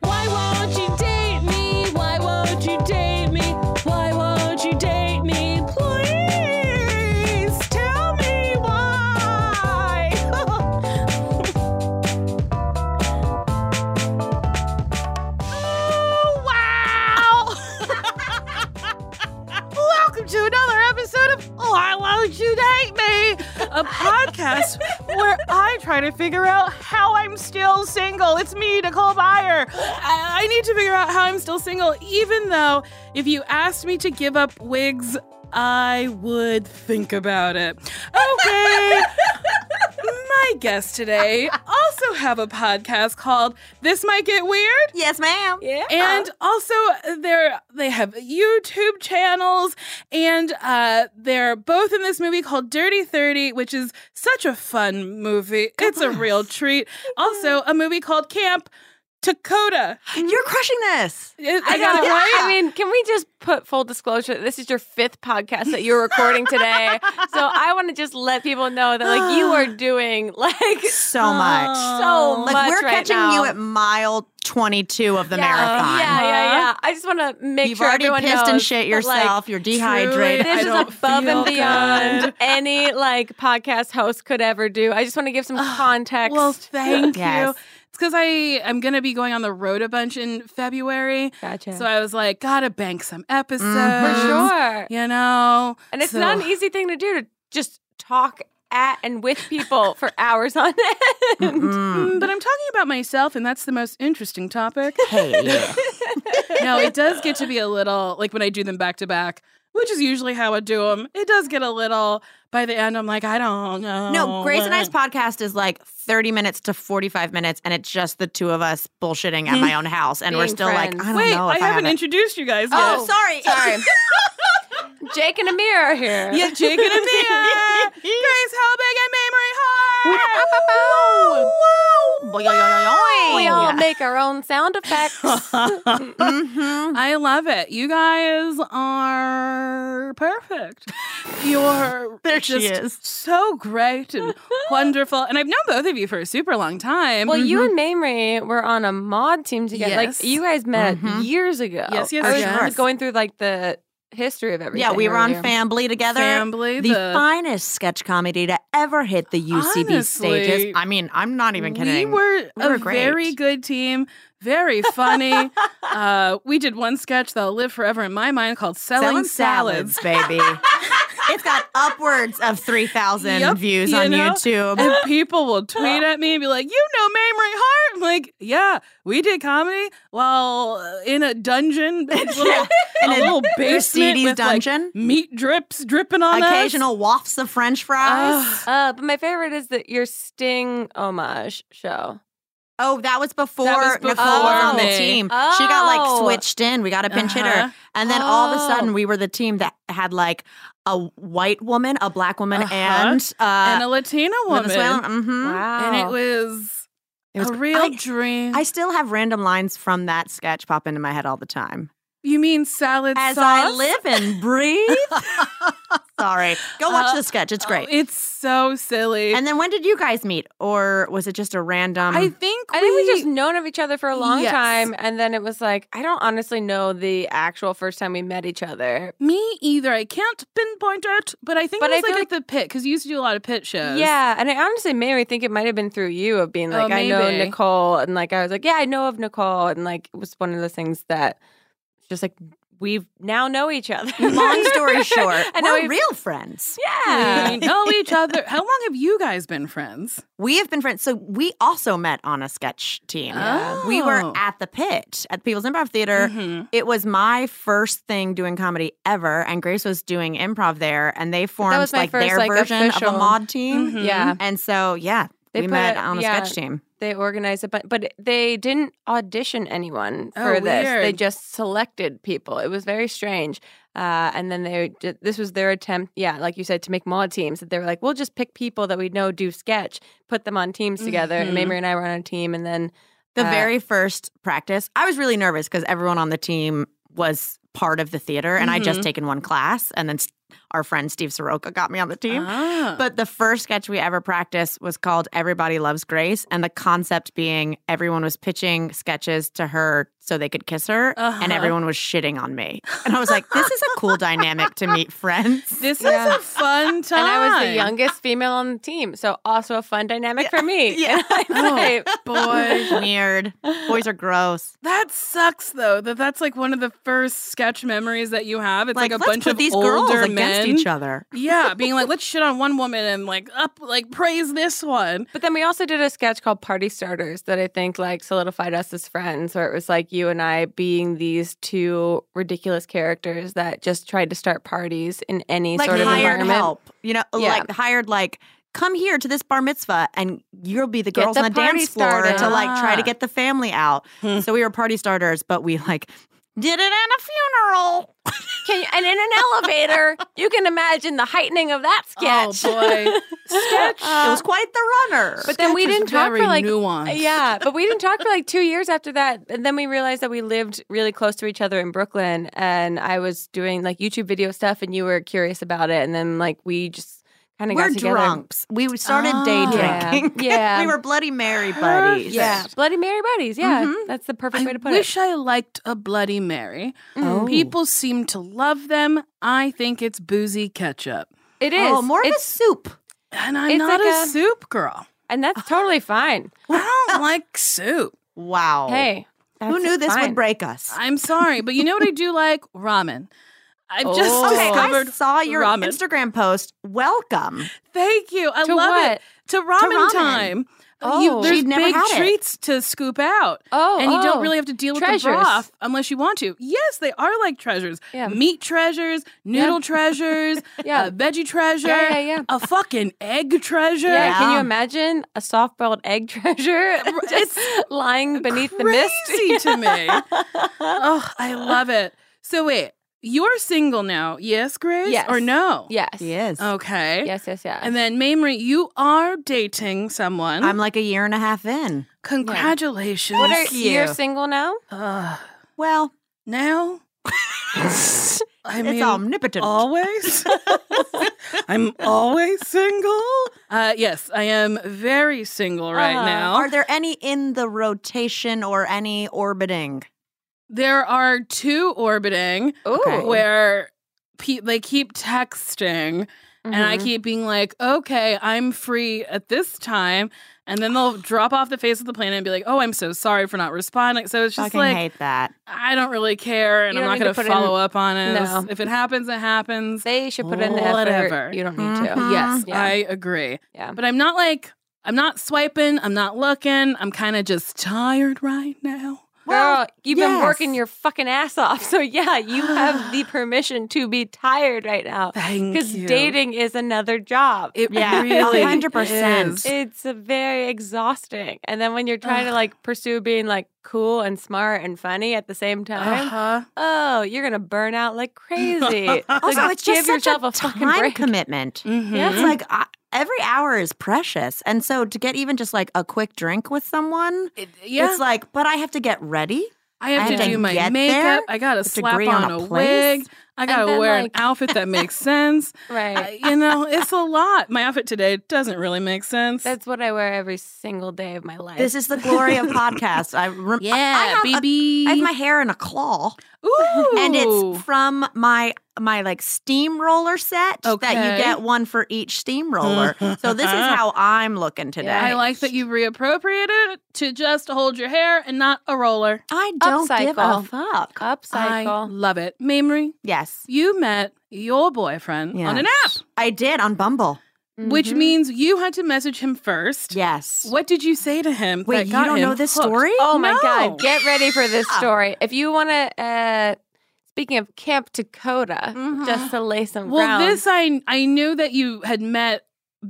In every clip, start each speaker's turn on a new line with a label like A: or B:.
A: Why won't you date me? Why won't you date me? Why won't you date me? Please tell me why. Oh, wow. Welcome to another episode of Why Won't You Date Me? A podcast where I try to figure out how I'm still single. It's me, Nicole Byer. I, I need to figure out how I'm still single, even though if you asked me to give up wigs, I would think about it. Okay. My guests today also have a podcast called This Might Get Weird.
B: Yes, ma'am. Yeah.
A: And also, they're they have YouTube channels, and uh, they're both in this movie called Dirty Thirty, which is such a fun movie. It's a real treat. Also, a movie called Camp Dakota.
B: You're crushing this.
A: I, I got it
C: Yeah,
A: right.
C: I mean, can we just put full disclosure? This is your fifth podcast that you're recording today, so I want to just let people know that like you are doing like so
B: So much.
C: much.
B: like we're
C: right
B: catching
C: now.
B: you at mile 22 of the
C: yeah,
B: marathon.
C: Yeah, yeah, yeah. I just want to make
B: You've
C: sure
B: already
C: everyone
B: pissed and
C: knows
B: shit
C: that, like,
B: yourself. You're dehydrated.
A: truly, I
C: this is
A: don't
C: above
A: feel
C: and beyond
A: good.
C: any like podcast host could ever do. I just want to give some context.
A: Well, thank you.
B: Yes.
A: It's because I am going to be going on the road a bunch in February.
C: Gotcha.
A: So I was like, gotta bank some episodes.
C: Mm-hmm. for sure.
A: You know?
C: Um, And it's
A: So-
C: not an easy thing to do to just talk at and with people for hours on end.
A: Mm, But I'm talking about myself, and that's the most interesting topic.
B: Hey, yeah.
A: no, it does get to be a little like when I do them back to back, which is usually how I do them. It does get a little by the end. I'm like, I don't know.
B: No, Grace and I's podcast is like 30 minutes to 45 minutes, and it's just the two of us bullshitting at my own house. And we're
C: Being
B: still like,
C: friends.
B: I don't
A: Wait,
B: know
A: I
B: if I, have
A: haven't
B: it.
A: introduced you guys yet.
B: Oh, sorry. Sorry.
C: Jake and Amir are here.
A: Yeah, Jake and Amir, Grace Helbig and Mamrie Hart.
C: We all make our own sound effects.
B: mm-hmm.
A: I love it. You guys are perfect. You're
B: There she
A: just
B: is.
A: so great and wonderful. And I've known both of you for a super long time.
C: well, you and Mamrie were on a mod team together.
A: Mm-hmm. Yes. Mm-hmm.
C: Like you guys met
B: Mhm.
C: years ago.
A: Yes, yes,
C: I was
A: yes.
C: going through like the history of everything.
B: Yeah, we were on
C: earlier.
B: Fambly together.
A: Fambly,
B: the,
A: the-
B: finest sketch comedy to ever hit the UCB
A: Honestly,
B: stages. I mean, I'm not even
A: we
B: kidding.
A: were
B: We
A: a
B: were great.
A: very good team, very funny. uh, we did one sketch that'll live forever in my mind called "Selling,
B: selling salads, baby. It's got upwards of 3,000
A: Yep,
B: views
A: you
B: on
A: know?
B: YouTube.
A: And people will tweet at me and be like, "You know, Mamrie Hart." I'm like, "Yeah, we did comedy while uh, in a dungeon, a little, a
B: In a
A: little basement
B: Mercedes
A: with like,
B: dungeon.
A: meat drips dripping on us.
B: Mm. Occasional wafts of french fries.
A: Ugh.
C: Uh, but my favorite is that your Sting homage show.
B: oh, that was before
A: was
B: Nicole was on the
A: before me.
B: team. She got like
C: Oh.
B: switched in. We got a pinch
A: Uh-huh.
B: hitter. And then all of a
C: Oh.
B: sudden, we were the team that had like a white woman, a black woman,
A: Uh-huh.
B: and, uh,
A: and a Latina woman,
B: Venezuelan. hmm
C: Wow.
A: Mm-hmm. and it was,
B: It was
A: a real
B: I-
A: dream.
B: I still have random lines from that sketch pop into my head all the time.
A: you mean salad
B: As
A: sauce?
B: I live and breathe. Sorry. Go watch
C: Uh,
B: the sketch. It's great.
A: Oh, it's so silly.
B: and then um, when did you guys meet? Or was it just a random
A: I think
C: I think we just known of each other for a long
A: Yes.
C: time, and then it was like I don't honestly know the actual first time we met each other.
A: me either. I can't pinpoint it, but I think
C: But
A: it was
C: I feel
A: like at the pit because you used to do a lot of pit shows.
C: Yeah, and I honestly made me think it might have been through you of being
A: Oh,
C: like I know
A: maybe.
C: Nicole, and like I was like yeah I know of Nicole, and like it was one of those things that just like we now know each other.
B: long story short,
C: I know
B: we're
C: we've-
B: real friends.
C: yeah.
A: We know each other. How long have you guys been friends?
B: We have been friends. So we also met on a sketch team.
A: Yeah.
B: We were
A: Oh.
B: at the pit at the People's Improv Theater.
C: Mm-hmm.
A: Mhm.
B: It was my first thing doing comedy ever, and Grace was doing improv there, and they formed
C: was my
B: like
C: first,
B: their
C: like,
B: version
C: official-
B: of a mod team.
A: Mhm.
C: Yeah.
B: And so, yeah,
C: They
B: Mm-hmm. we
C: put
B: met
C: it-
B: on a
C: yeah.
B: sketch team.
C: They organized it, but but they didn't audition anyone for
A: Oh,
C: this. They
A: weird.
C: just selected people. It was very strange. Uh, and then they did, this was their attempt, yeah, like you said, to make mod teams. That they were like, we'll just pick people that we know do sketch, put them on teams together.
A: Mhm.
B: Mm-hmm.
C: And Mamrie and I were on a team, and then
B: The
C: Uh,
B: very first practice, I was really nervous because everyone on the team was part of the theater, and I'd
A: Mhm.
B: just taken one class, and then s- our friend Steve Soroka got me on the team.
A: Ah.
B: But the first sketch we ever practiced was called Everybody Loves Grace. And the concept being everyone was pitching sketches to her so they could kiss her,
A: Uh-huh.
B: and everyone was shitting on me. And I was like, this is a cool dynamic to meet friends.
A: this is
C: Yeah.
A: a fun time.
C: and I was the youngest female on the team, so also a fun dynamic for me.
B: Yeah. Oh.
C: And I-
A: boy.
B: Weird. Boys are gross.
A: That sucks though. That that's like one of the first sketch memories that you have. It's like, a
B: let's
A: bunch
B: put
A: of
B: these
A: older
B: girls
A: men
B: against each other.
A: Yeah, being like, let's shit on one woman and like up, like praise this one.
C: But then we also did a sketch called Party Starters that I think like solidified us as friends, where it was like you and I being these two ridiculous characters that just tried to start parties in any
B: Like
C: sort of
B: hired
C: environment.
B: help. You know,
C: Yeah.
B: like hired like come here to this bar mitzvah and you'll be the
C: Get
B: girls
C: the
B: on the
C: party
B: dance floor
C: started.
B: to like try
A: Ah.
B: to get the family out.
A: Hmm.
B: so we were party starters, but we like did it at a funeral.
C: Can you, and in an elevator, you can imagine the heightening of that sketch.
A: Oh boy, sketch.
B: it was quite the runner.
C: But then we
A: Sketch is
C: didn't talk
A: very
C: for, like,
A: nuanced.
C: Uh, yeah, but we didn't talk for like two years after that. And then we realized that we lived really close to each other in Brooklyn. And I was doing like YouTube video stuff, and you were curious about it. And then like we just kind of
B: we're
C: got together. Ah.
B: drunks. We started day
A: Oh.
C: Yeah.
B: drinking.
C: Yeah.
B: we were Bloody Mary buddies.
C: Yeah,
A: Yes.
C: Bloody Mary buddies. Yeah,
B: Mhm.
C: that's the perfect way
A: I
C: to put
A: wish I liked a Bloody Mary.
C: it. Mm.
B: Oh.
A: People seem to love them. I think it's boozy ketchup,
C: It is.
B: Oh, more of a
C: It's-
B: soup.
A: and I'm
C: It's
A: not
C: like
A: a,
C: a-
A: soup girl.
C: and that's totally fine.
A: I don't like soup.
B: Wow.
C: Hey,
B: Oh. who
C: that's
B: knew this
C: fine.
B: would break us?
A: I'm sorry, but you know what I do like? Ramen. I've just
C: Oh.
B: Okay, I
A: discovered.
B: saw your
A: ramen.
B: Instagram post. Welcome.
A: Thank you. I
C: To
A: love
C: what?
A: it. To ramen,
B: ramen.
A: time.
C: Oh.
A: you, there's
B: She'd never
A: big
B: had it.
A: treats to scoop out.
C: Oh,
A: and you don't
C: oh.
A: really have to deal with the
C: Treasures.
A: broth unless you want to. Yes, they are like treasures.
C: Yeah.
A: Meat treasures, noodle treasures,
C: Yeah.
A: a veggie treasure,
C: Yeah, yeah, yeah.
A: a fucking egg treasure.
C: Yeah, can you
B: Yeah.
C: imagine a soft-boiled egg treasure just lying beneath the mist?
A: Crazy to me. oh, I love it. So wait, you're single now, yes, Grace?
C: Yes.
A: Or no?
C: Yes. Oh,
B: Yes.
A: Okay.
C: Yes, yes, yes.
A: And then Mamrie, you are dating someone.
B: I'm like a year and a half in.
A: Congratulations.
C: what are
B: Thank you.
C: you're single now?
A: Ugh.
B: Well,
A: Uh, now? I mean,
B: it's omnipotent.
A: always i'm always single uh yes i am very single right
C: Uh-huh.
A: now
B: Are there any in the rotation or any orbiting?
A: there are two orbiting
C: Ooh.
B: Okay. Wait,
A: where pe- they keep texting and i
C: Mhm.
A: keep being like okay i'm free at this time And then they'll drop off the face of the planet and be like, "Oh, I'm so sorry for not responding." So it's just
B: Fucking
A: like
B: hate that.
A: I don't really care, and
C: You
A: I'm not
C: don't
A: going
C: need to
A: to
C: put in-
A: follow up on it.
C: No.
A: If it happens, it happens.
C: They should put in the effort.
A: Whatever.
C: You don't need to.
B: Mhm.
A: Yes,
C: Mm-hmm. Yeah.
A: Uh, I agree.
C: Yeah.
A: But I'm not like I'm not swiping. I'm not looking. I'm kind of just tired right now.
B: Well,
C: Girl, you've been
B: yes.
C: working your fucking ass off. So yeah, you have the permission to be tired right now.
A: Thank
C: Because
A: you.
C: dating is another job.
A: it
B: Yeah,
A: really
B: 100%.
A: is.
C: it's a very exhausting. And then when you're trying to
A: Ugh.
C: like pursue being like cool and smart and funny at the same time,
A: Uh-huh.
C: oh, you're gonna burn out like crazy. So
B: Also, it's
C: give
B: just such
C: yourself
B: a,
C: a, fucking
B: time
C: break.
B: commitment.
A: Mhm.
C: Yeah.
B: It's like I, every hour is precious, and so to get even just like a quick drink with someone,
A: It- yeah.
B: it's like, but I have to get ready.
A: I have
B: I
A: to
B: have to
A: do my
B: get
A: makeup.
B: there,
A: I gotta
B: to
A: slap
B: agree
A: on,
B: on
A: a,
B: a place.
A: wig. I gotta
C: then,
A: wear
C: like-
A: an outfit that makes sense.
C: right.
A: I- you know, it's a lot. My outfit today doesn't really make sense.
C: That's what I wear every single day of my life.
B: This is the glory of podcasts. I rem- I- I
A: yeah,
B: have a-
A: baby.
B: I have my hair in a claw,
A: Ooh.
B: and it's from my my like steamroller set that
A: Okay.
B: you get one for each steamroller. so this is how I'm looking today.
A: I like that you reappropriated it to just hold your hair and not a roller.
B: I don't give a
C: Upcycle.
B: fuck.
A: Uh, I
C: upcycle.
A: love it. Mamrie,
B: Yes,
A: you met your boyfriend on an app,
B: Yes. I did on Bumble.
A: which
C: Mhm.
A: means you had to message him first.
B: Yes.
A: What did you say to him?
B: Wait,
A: that
B: you
A: got
B: don't
A: him
B: know this
A: hooked?
B: story?
C: Oh my
A: No.
C: God. Get ready for this
B: Yeah.
C: story. If you want to, uh, speaking of Camp Dakota,
A: Mhm.
B: Mm-hmm.
C: just to lay some
A: Well,
C: ground.
A: this I I knew that you had met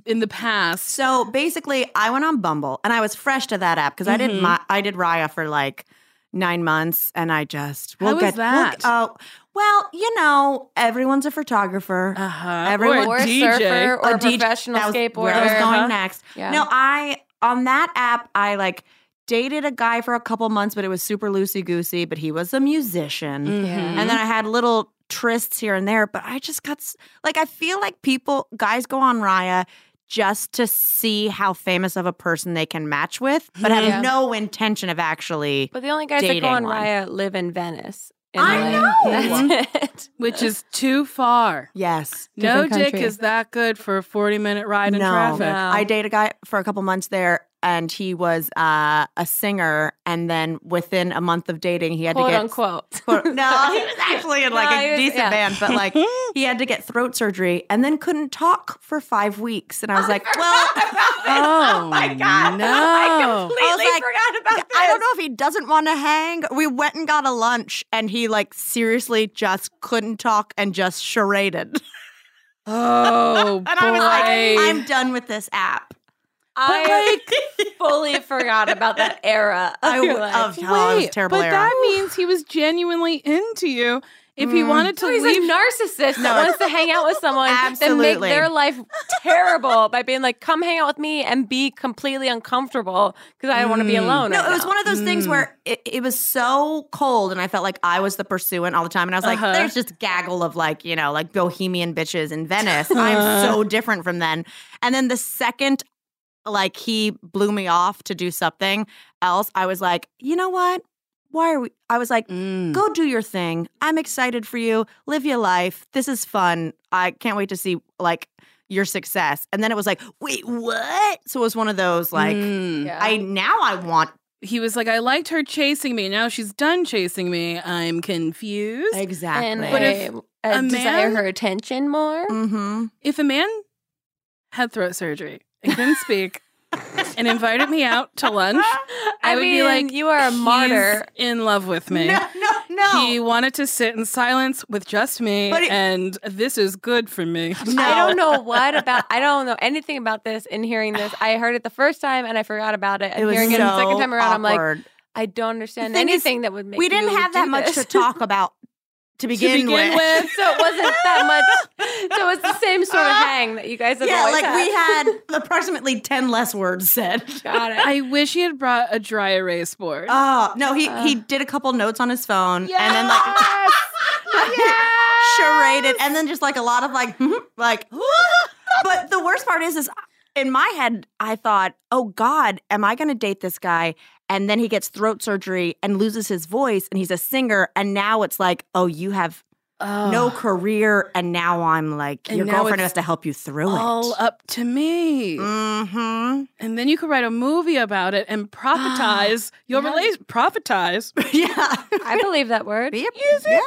A: in the past.
B: So basically, I went on Bumble, and I was fresh to that app because I did
A: Mhm.
B: my, I did Raya for like nine months, and I just
A: How
B: we'll
A: was
B: get
A: that?
B: We'll, oh, well, you know, everyone's a photographer.
A: uh huh.
B: Everyone-
C: or
A: or
C: a
A: DJ.
C: surfer or
B: A
C: a
B: DJ
C: professional
B: that was where I was
C: skateboarder.
B: going
A: Uh-huh.
B: next.
C: Yeah.
B: No, I on that app, I like dated a guy for a couple months, but it was super loosey goosey. But he was a musician,
A: Mhm.
C: Mm-hmm.
B: and then I had little trysts here and there. But I just got s- like I feel like people guys go on Raya just to see how famous of a person they can match with, but have
C: Yeah.
B: no intention of actually.
C: But the only guys that
B: Dating
C: go on
B: one.
C: Raya live in Venice. in
B: I
C: LA.
B: know.
C: That's it.
A: which is too far.
B: Yes.
A: No
C: Different
A: dick
C: country.
A: is that good for a forty-minute ride in
B: No.
A: traffic.
C: No.
B: I dated a guy for a couple months there, and he was uh, a singer. And then within a month of dating, he had
C: Quote
B: to get
C: unquote.
B: Quote- no, he was actually in like
C: No, he
B: a
C: was-
B: decent
C: yeah.
B: band, but like he had to get throat surgery and then couldn't talk for five weeks. And I was like, well,
A: Oh, my god! No,
B: I was like,
C: forgot about
B: I don't know if he doesn't want to hang. We went and got a lunch, and he like seriously just couldn't talk and just charaded.
A: oh boy!
B: And I was like, I'm done with this app.
A: but
C: I
A: like,
C: fully forgot about that era of
B: I,
C: your
B: w- of-
C: life.
B: oh, it was a
A: wait,
B: terrible
A: but
B: era.
A: that means he was genuinely into you. If he wanted to
C: So he's
A: leave,
C: a narcissist that wants to hang out with someone and make
B: Absolutely.
C: their life terrible by being like, "Come hang out with me and be completely uncomfortable because I don't want to be alone."
B: Mm. No,
C: right
B: it was
C: now."
B: one of those things where
A: Mm.
B: it, it was so cold, and I felt like I was the pursuant all the time. And I was like,
A: Uh-huh.
B: there's just gaggle of like, you know, like bohemian bitches in Venice. I'm
A: Uh-huh.
B: so different from then. And then the second, like, he blew me off to do something else, I was like, you know what? Why are we? I was like,
A: Mm.
B: go do your thing. I'm excited for you. Live your life. This is fun. I can't wait to see, like, your success. And then it was like, wait, what? So it was one of those, like,
A: Mm.
C: Yeah.
B: I now I want
A: he was like, I liked her chasing me. Now she's done chasing me. I'm confused.
B: Exactly.
C: and
A: But
C: I,
A: if
C: I
A: a
C: desire
A: man-
C: her attention more.
B: Mhm.
A: if a man had throat surgery and couldn't speak and invited me out to lunch, I, would be
C: mean,
A: like,
C: "You are a
A: "He's
C: martyr."
A: in love with me.
B: No, no, no.
A: He wanted to sit in silence with just me,
B: But it-
A: and this is good for me.
C: I don't know what about. I don't know anything about this. In hearing this, I heard it the first time and I forgot about it. And hearing it the second time around, I'm like,
B: awkward.
C: I don't understand
B: thing is,
C: anything that would make.
B: we didn't
C: you
B: have
C: do
B: that much
C: this.
B: to talk about to begin,
A: begin
C: so it wasn't that much. So it's the same sort of hang that you guys have
B: yeah,
C: always
B: like
C: had.
B: we had approximately ten less words said.
C: Got it.
A: I wish he had brought a dry erase board.
B: Oh no, he he
C: Uh.
B: did a couple notes on his phone and then like charaded, and then just like a lot of like like. but the worst part is, is in my head, I thought, oh God, am I going to date this guy? And then he gets throat surgery and loses his voice, and he's a singer, and now it's like, oh, you have
A: Oh.
B: no career, and now I'm like
A: And
B: your
A: now
B: girlfriend
A: it's
B: has to help you through
A: all
B: it.
A: up to me.
B: Mm-hmm.
A: And then you could write a movie about it and profitize your
C: Yeah.
A: relation. Profitize.
B: yeah.
C: I believe that word.
B: Be a- yeah.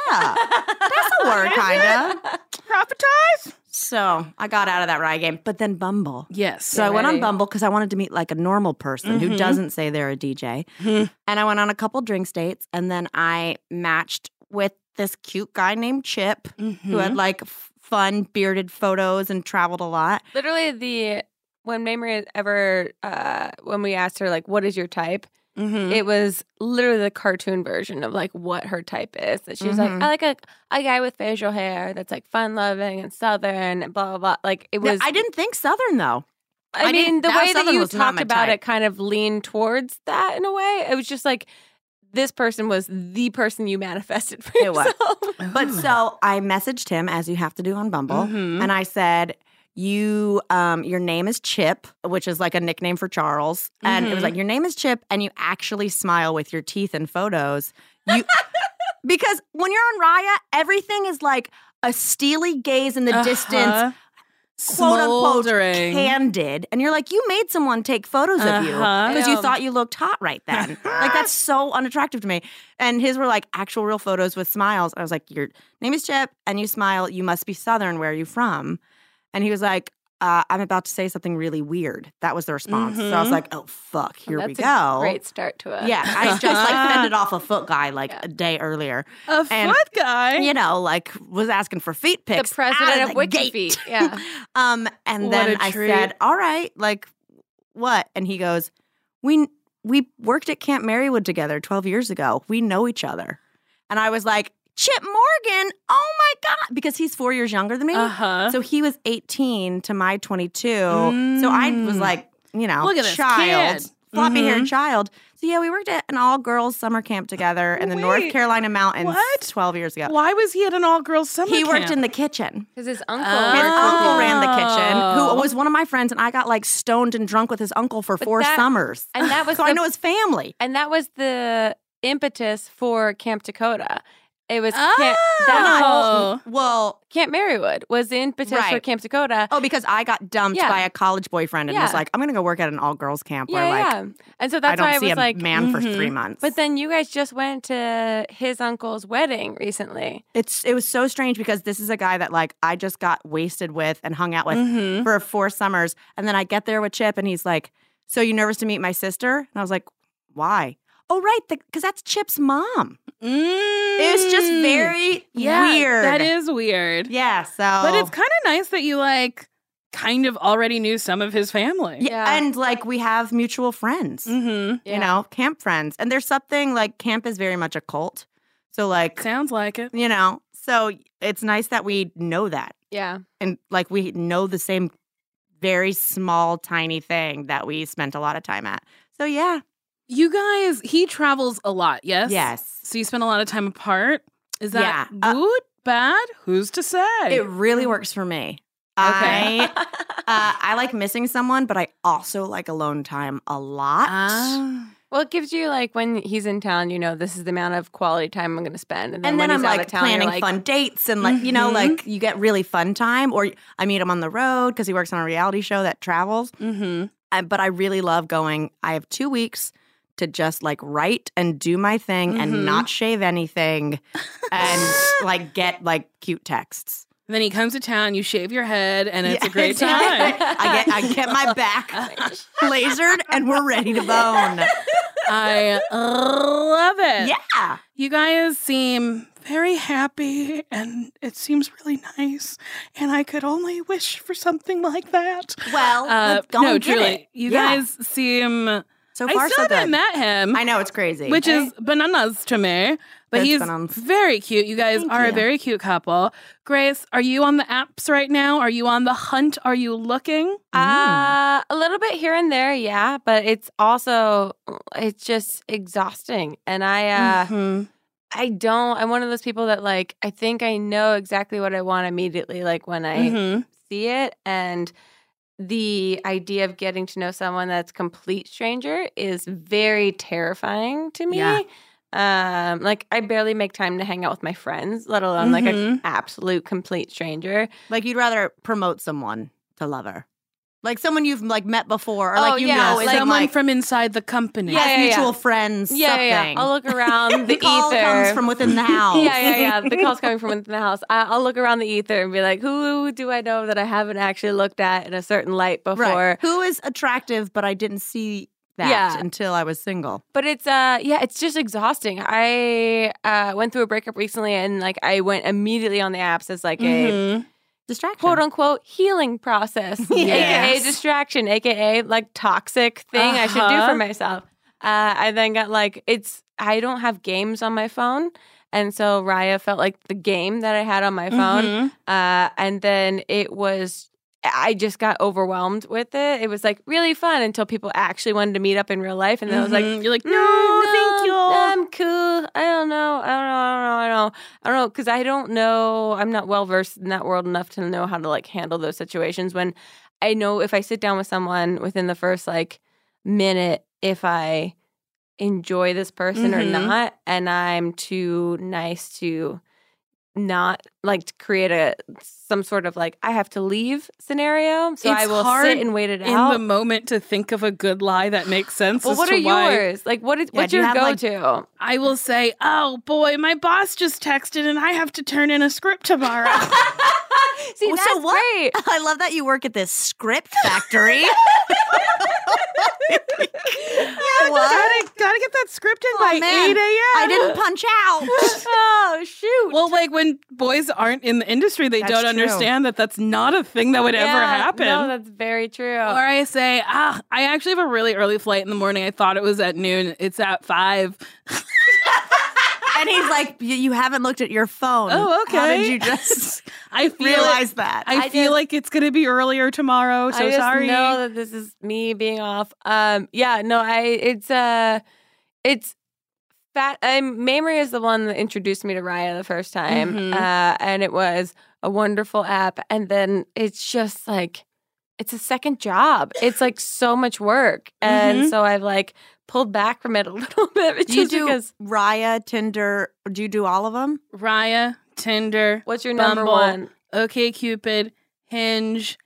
B: That's a word, kind of.
A: Profitize?
B: So I got out of that riot game, but then Bumble.
A: Yes.
B: So I went on
C: Right.
B: Bumble because I wanted to meet like a normal person who
C: Mm-hmm.
A: Mhm.
B: doesn't say they're a DJ.
C: Hmm.
A: Mhm.
B: And I went on a couple drinks dates, and then I matched with this cute guy named Chip
A: Mm-hmm.
B: who
C: Hmm.
B: had like f- fun bearded photos and traveled a lot.
C: Literally, the when Mamrie ever uh, when we asked her like, "What is your type?"
B: mm-hmm.
A: Mhm.
C: It was literally the cartoon version of like what her type is. That she was
B: Mhm.
C: like, "I like a, a guy with facial hair that's like fun loving and southern and blah blah blah." Like it
B: No,
C: was.
B: I didn't think Southern though.
C: I,
B: I
C: mean,
B: didn't-
C: the
B: that
C: way that
B: Southern
C: you
B: was not
C: talked
B: my
C: about
B: type.
C: it kind of leaned towards that in a way. It was just like this person was the person you manifested for
B: It was.
C: yourself.
B: But so I messaged him as you have to do on Bumble,
A: Mhm.
B: and I said, "You, um, your name is Chip, which is like a nickname for Charles." And it
A: Mhm.
B: was like, "Your name is Chip, and you actually smile with your teeth in photos." You, because when you're on Raya, everything is like a steely gaze in the distance,
A: Uh-huh.
B: quote unquote,
A: Smoldering.
B: candid, and you're like, "You made someone take photos of you."
A: Uh-huh.
B: because you
C: Damn.
B: thought you looked hot right then. like that's so unattractive to me. And his were like actual real photos with smiles. I was like, your name is Chip, and you smile. You must be Southern. Where are you from? And he was like, uh, I'm about to say something really weird. That was the response. So I was
A: Mhm.
B: like, oh fuck, here
C: Mm-hmm. That's
B: we
C: a
B: go.
C: Great start to it.
B: Yeah, I just like fended off a foot guy like a day earlier.
A: A
B: And-
A: foot guy.
B: You know, like was asking for feet
C: The
B: pics.
C: president
B: out
C: of
B: the gate.
C: Wikifeet. Yeah.
B: Um, and
A: What
B: then
A: a
B: I
A: treat.
B: said, "All right, like what?" And he goes, "We we worked at Camp Marywood together 12 years ago. We know each other." And I was like, "Chip Morgan, oh my god!" Because he's four years younger than me,
A: Uh huh.
B: so he was 18 to my 22. So I was
A: Mm.
B: like, you know,
A: Look at this
B: child.
A: kid.
B: Floppy haired
A: Mhm.
B: child. So, yeah, we worked at an all girls summer camp together in the North
A: Wait,
B: Carolina mountains
A: what?
B: 12 years ago.
A: Why was he at an all girls summer
B: He worked
A: camp?
B: in the kitchen.
C: Because his uncle.
B: His
A: Oh.
B: uncle ran the kitchen,
A: Oh.
B: who was one of my friends, and I got like stoned and drunk with his uncle for
C: But
B: four
C: that-
B: summers.
C: and that was
B: so Oh, I
C: the-
B: know his family.
C: And that was the impetus for Camp Dakota. It was
A: Oh.
C: Camp, that whole,
A: Oh.
B: Well,
C: Camp Marywood was the impetus for
B: Right.
C: Camp Dakota.
B: oh, because I got dumped
C: Yeah.
B: by a college boyfriend and was
C: Yeah.
B: like, I'm gonna go work at an all girls camp
C: yeah,
B: where like
C: yeah. And so
B: I
C: that's
B: don't
C: why I
B: see
C: was
B: a
C: like, mm-hmm.
B: man for
A: mhm.
B: three months.
C: but then you guys just went to his uncle's wedding recently.
B: it's it was so strange because this is a guy that like I just got wasted with and hung out with
C: Mm-hmm.
A: Mhm.
B: for four summers, and then I get there with Chip, and he's like, "So you nervous to meet my sister?" And I was like, "Why?" Oh, right, because that's Chip's mom. It was just
A: Mm.
B: very
A: yeah,
B: weird.
A: That is weird.
B: Yeah, so
A: But it's kind of nice that you like kind of already knew some of his family.
B: yeah,
C: Yeah.
B: and like we have mutual friends,
A: Mm-hmm.
B: you know, camp friends, and there's something like camp is very much a cult, so like
A: Sounds like it.
B: you know, so it's nice that we know that,
C: Yeah.
B: and like we know the same very small, tiny thing that we spent a lot of time at. So yeah,
A: You guys, he travels a lot, yes?
B: yes,
A: So you spend a lot of time apart. Is that
B: Yeah. Uh,
A: good, bad? Who's to say?
B: it really works for me.
A: Okay.
B: I uh, I like missing someone, but I also like alone time a lot.
A: Ah.
C: Well, it gives you like when he's in town, you know, this is the amount of quality time I'm going to spend, and then,
B: and then
C: when
B: I'm
C: he's out
B: like
C: of town, you're
B: planning
C: like,
B: fun dates and like you know
A: Mhm.
B: like you get really fun time or I meet him on the road because he works on a reality show that travels.
A: mm-hmm.
B: I, but I really love going. I have two weeks to just like write and do my thing
A: Mhm.
B: and not shave anything and like get like cute texts.
A: And then he comes to town, you shave your head, and it's
B: Yeah,
A: a great
B: exactly.
A: time.
B: I get I get my back lasered and we're ready to bone.
A: I love it.
B: Yeah.
A: You guys seem very happy and it seems really nice. And I could only wish for something like that.
B: Well,
A: Uh,
B: let's go
A: no,
B: and get
A: truly.
B: it.
A: You
B: Yeah.
A: guys seem.
B: So
A: I
B: far,
A: still
B: so good.
A: haven't met him,
B: I know it's crazy,
A: which is bananas to me. But
B: That's
A: he's
B: bananas.
A: very cute. You guys
B: Thank
A: are a
B: you.
A: very cute couple. Grace, are you on the apps right now? Are you on the hunt? Are you looking?
C: Uh, a little bit here and there, yeah, but it's also it's just exhausting. And I uh
B: Mm-hmm.
A: Mhm.
C: I don't I'm one of those people that like I think I know exactly what I want immediately like when I
A: Mhm.
C: see it and the idea of getting to know someone that's complete stranger is very terrifying to me.
A: Yeah.
C: Um, like I barely make time to hang out with my friends, let alone like an
A: Mhm.
C: absolute complete stranger.
B: Like you'd rather promote someone to lover, like someone you've like met before, or
C: Oh,
B: like you
C: yeah,
B: know, is
C: like-
B: in,
A: Someone
B: like,
A: from inside the company.
C: Yeah,
B: has
C: yeah, yeah.
B: mutual friends.
C: Yeah,
B: something.
C: yeah, yeah. I'll look around the,
B: the call
C: ether.
B: comes from within the house.
C: yeah, yeah, yeah. The call's coming from within the house. I, I'll look around the ether and be like, who do I know that I haven't actually looked at in a certain light before?
B: Right. Who is attractive, but I didn't see that
C: Yeah.
B: until I was single.
C: But it's uh yeah, it's just exhausting. I uh went through a breakup recently and like I went immediately on the apps as like a
A: Mhm.
B: Distraction.
C: quote unquote healing process. AKA
A: Yes.
C: distraction, aka like toxic thing I should do
A: Uh-huh.
C: for myself. Uh I then got like it's I don't have games on my phone. And so Raya felt like the game that I had on my phone
A: Mhm.
C: uh, and then it was I just got overwhelmed with it. It was like really fun until people actually wanted to meet up in real life, and then I was like,
A: Mhm. you're like,
C: "Mm,
A: no, thank you.
C: I'm cool. I don't know. I don't know. I don't know. I don't know. I don't know because I don't know. I'm not well versed in that world enough to know how to like handle those situations. When I know if I sit down with someone within the first like minute, if I enjoy this person or
A: Mhm.
C: not, and I'm too nice to not like to create a some sort of like I have to leave scenario. So
A: It's
C: I will
A: hard
C: sit and wait it
A: in
C: out.
A: the moment to think of a good lie that makes sense.
C: well,
A: as
C: what
A: to
C: are
A: why-
C: yours? Like what is
B: Yeah,
C: what's
B: do you
C: your
B: have,
C: go
B: like-
C: to?
A: I will say, oh boy, my boss just texted and I have to turn in a script tomorrow.
C: See,
B: Well, so
C: that's
B: what-
C: great.
B: I love that you work at this script factory. what?
A: Gotta, gotta get that script in by
B: man.
A: 8 a.m.
B: I didn't punch out.
C: oh shoot.
A: Well, like when boys aren't in the industry, they
B: That's
A: don't
B: true.
A: understand that that's not a thing that would ever
C: Yeah,
A: happen.
C: No, that's very true.
A: or I say, ah, I actually have a really early flight in the morning. I thought it was at noon. It's at five.
B: And he's like, "You- "You haven't looked at your phone.
A: Oh, okay.
B: How did you just
A: I feel
B: realize that?"
A: I,
C: I
A: feel
C: just-
A: like it's gonna be earlier tomorrow. So
C: I just
A: sorry.
C: know that this is me being off. Um, yeah, no, I it's uh it's fat. Um, Mamrie is the one that introduced me to Raya the first time,
A: Mhm.
B: Mm-hmm.
C: uh, and it was a wonderful app. And then it's just like it's a second job. It's like so much work, and
A: Mhm.
C: so I've like pulled back from it a little bit.
B: do Mm-hmm. you
C: just
B: do
C: because
B: Raya, Tinder? Do you do all of them?
A: Raya, Tinder,
C: what's your number
A: Bumble,
C: one?
A: OK Cupid, Hinge,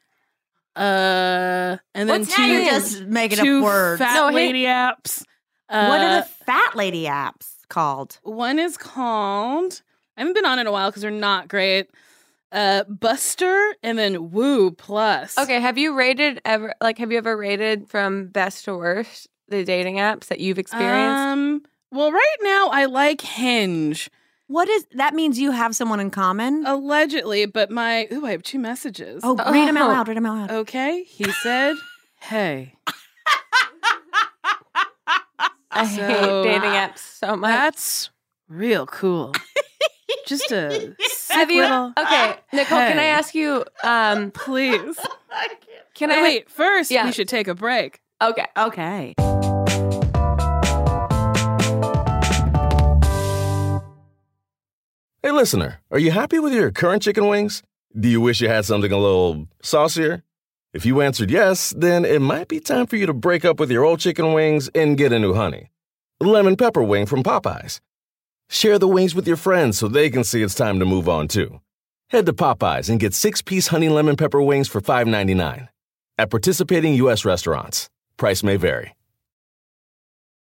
A: uh, and then
C: What's
A: two,
C: Yeah,
B: You're
C: yeah.
B: just making
A: two
B: up words.
A: fat
C: No, Hin-
A: lady apps. Uh,
B: what are the fat lady apps called?
A: One is called I haven't been on in a while because they're not great. Uh, Buster and then Woo Plus.
C: Okay, have you rated ever? Like, have you ever rated from best to worst the dating apps that you've experienced?
A: Um. Well, right now I like Hinge
B: What is that? Means you have someone in common.
C: Oh,
A: allegedly, but my ooh, I have two messages.
B: Oh, read them out
C: Oh.
B: loud. Read them out loud.
A: Okay. He said, "Hey."
C: I
A: Um, So- uh,
C: hate dating apps so much.
A: That's real cool. Just a sick
C: have you
A: little
C: okay, Nicole? Can I
A: Hey.
C: ask you? Um,
A: please.
C: can I
A: Wait, wait, first
C: Yeah.
A: we should take a break.
C: Okay,
B: Okay.
D: Hey, listener, are you happy with your current chicken wings? Do you wish you had something a little saucier? If you answered yes, then it might be time for you to break up with your old chicken wings and get a new honey. Lemon pepper wing from Popeyes. Share the wings with your friends so they can see it's time to move on too. Head to Popeyes and get six piece honey lemon pepper wings for $5.99 at participating U.S. restaurants. Price may vary.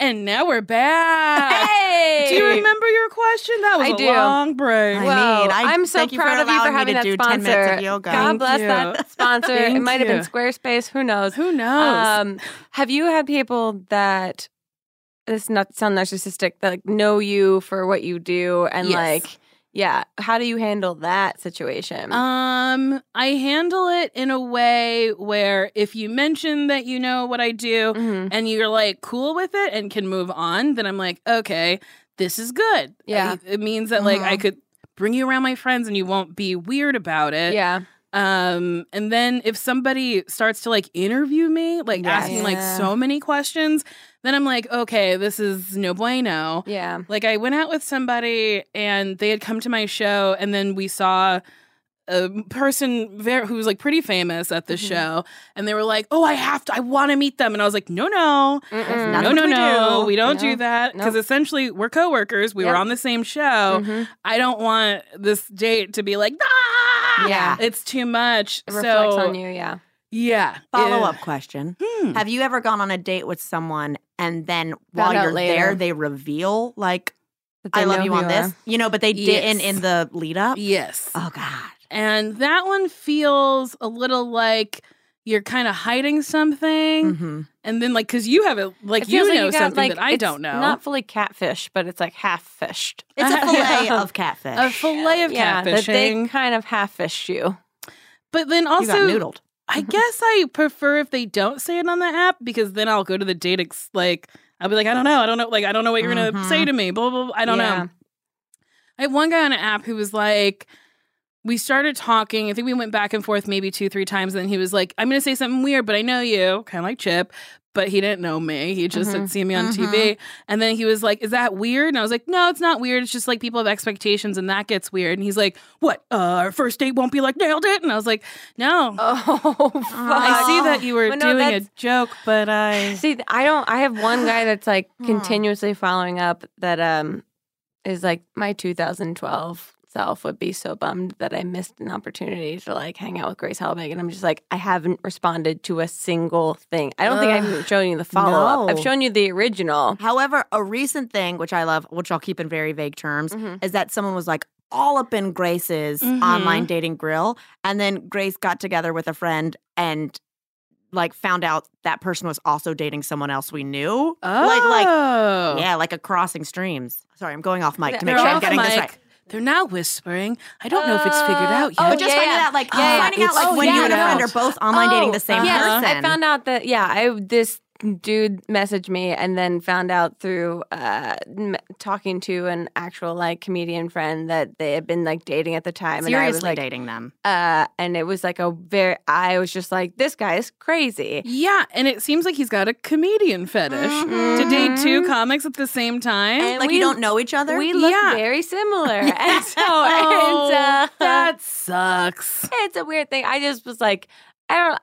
A: And now we're back.
C: Hey!
A: Do you remember your question? That was
C: I
A: a
C: do.
A: long break.
B: I
C: Wow.
B: mean, I
C: I'm so
B: thank you for
C: proud of you for
B: allowing me to
C: having that
B: do 10
C: sponsor.
B: minutes of yoga.
C: God
A: Thank
C: bless
A: you.
C: that sponsor. it
A: Thank
C: might have been
A: you.
C: Squarespace. Who knows?
A: Who knows?
C: Um, have you had people that this not sound narcissistic that like know you for what you do and
A: Yes.
C: like yeah? How do you handle that situation?
A: Um, I handle it in a way where if you mention that you know what I do
C: Mhm.
A: and you're like cool with it and can move on, then I'm like, okay, this is good.
C: Yeah. Mm-hmm.
A: I- it means that like I
B: Mhm.
A: could bring you around my friends and you won't be weird about it.
C: Yeah,
A: Um, and then if somebody starts to like interview me, like
C: Yes.
A: asking like
C: Yeah.
A: so many questions, then I'm like, okay, this is no bueno.
C: yeah.
A: Like I went out with somebody and they had come to my show and then we saw a person ver- who was like pretty famous at the
C: Mhm.
A: show and they were like, "Oh, I have to I want to meet them." And I was like, "No, no.
C: Mm-mm.
B: That's
A: no,
B: what
A: no,
B: we
A: no.
B: do.
A: We don't
C: No.
A: do that cuz
C: No.
A: essentially we're coworkers. We were
C: Yep.
A: on the same show.
C: Mhm.
A: I don't want this date to be like, "Ah!"
C: Yeah.
A: It's too much.
C: It reflects
A: so
C: on you. Yeah.
A: Yeah.
B: Follow
A: It-
B: up question.
A: Hmm.
B: Have you ever gone on a date with someone and then while
C: out
B: you're
C: later.
B: there, they reveal, like,
C: That
B: I
C: they
B: love
C: know
B: you
C: who
B: on this?
C: are.
B: You know, but they
A: Yes.
B: didn't in the lead up?
A: Yes.
B: Oh, God.
A: And that one feels a little like you're kind of hiding something.
B: Mm-hmm.
A: And then, like, because you have it, like,
C: Mm. It
A: you
C: feels like
A: know
C: got,
A: something
C: like,
A: that I
C: it's
A: don't know.
C: Not fully catfish, but it's like half fished.
B: It's a fillet
C: Yeah.
B: of catfish.
A: a fillet of
C: yeah, that they
A: catfishing.
C: kind of half fished you.
A: but then
B: you got
A: also,
B: noodled.
A: I guess I prefer if they don't say it on the app because then I'll go to the date. Ex- like, I'll be like, I don't know. I don't know. Like, I don't know what you're going to
B: Mhm.
A: say to me. Blah, blah, blah. I don't
C: Yeah.
A: know. I had one guy on an app who was like, we started talking. I think we went back and forth maybe two, three times. And then he was like, I'm going to say something weird, but I know you, kind of like Chip. but he didn't know me. He just
C: Mhm.
A: had seen me on TV. And then he was like, Is that weird? And I was like, No, it's not weird. It's just like people have expectations and that gets weird. And he's like, What? Uh, our first date won't be like nailed it? And I was like, No.
C: Oh, fuck.
A: I see that you were
C: Well, no,
A: doing a
C: that's-
A: joke, but I.
C: See, th- I don't. I have one guy that's like
A: Hmm.
C: continuously following up that um is like my 2012 self would be so bummed that I missed an opportunity to like hang out with Grace Helbig, and I'm just like I haven't responded to a single thing. I don't think
A: Ugh,
C: I've shown you the follow up. I've
B: no.
C: shown you the original.
B: However, a recent thing which I love, which I'll keep in very vague terms,
A: Mm-hmm.
C: Mhm.
B: is that someone was like all up in Grace's
A: Mhm.
C: Mm-hmm.
B: online dating grill, and then Grace got together with a friend and like found out that person was also dating someone else we knew. Like, like
A: Oh.
B: yeah, like a crossing streams. Sorry, I'm going off mic to
C: They're
B: make sure I'm
A: off
B: getting this
A: mic.
B: right.
A: They're not whispering. I don't know if it's figured
C: Uh,
A: out yet.
C: oh,
B: But just
C: yeah,
B: finding
C: yeah.
B: out, like
A: Yeah, yeah.
B: finding out, like
A: It's
B: when you and a
A: figured
B: friend
A: out.
B: are both online dating
C: Oh,
B: the same
C: yes,
B: person.
C: I found out that yeah, I this dude messaged me and then found out through uh m- talking to an actual like comedian friend that they had been like dating at the time and I
B: seriously
C: was like
B: dating them.
C: uh and it was like a very I was just like this guy is crazy.
A: Yeah, and it seems like he's got a comedian fetish to date two comics at the same time.
C: And
B: Like
C: we-
B: you don't know each other.
C: Mm-hmm. We look
A: Yeah.
C: very similar. And so
A: oh,
C: and, uh,
A: that sucks.
C: it's a weird thing. I just was like, I don't,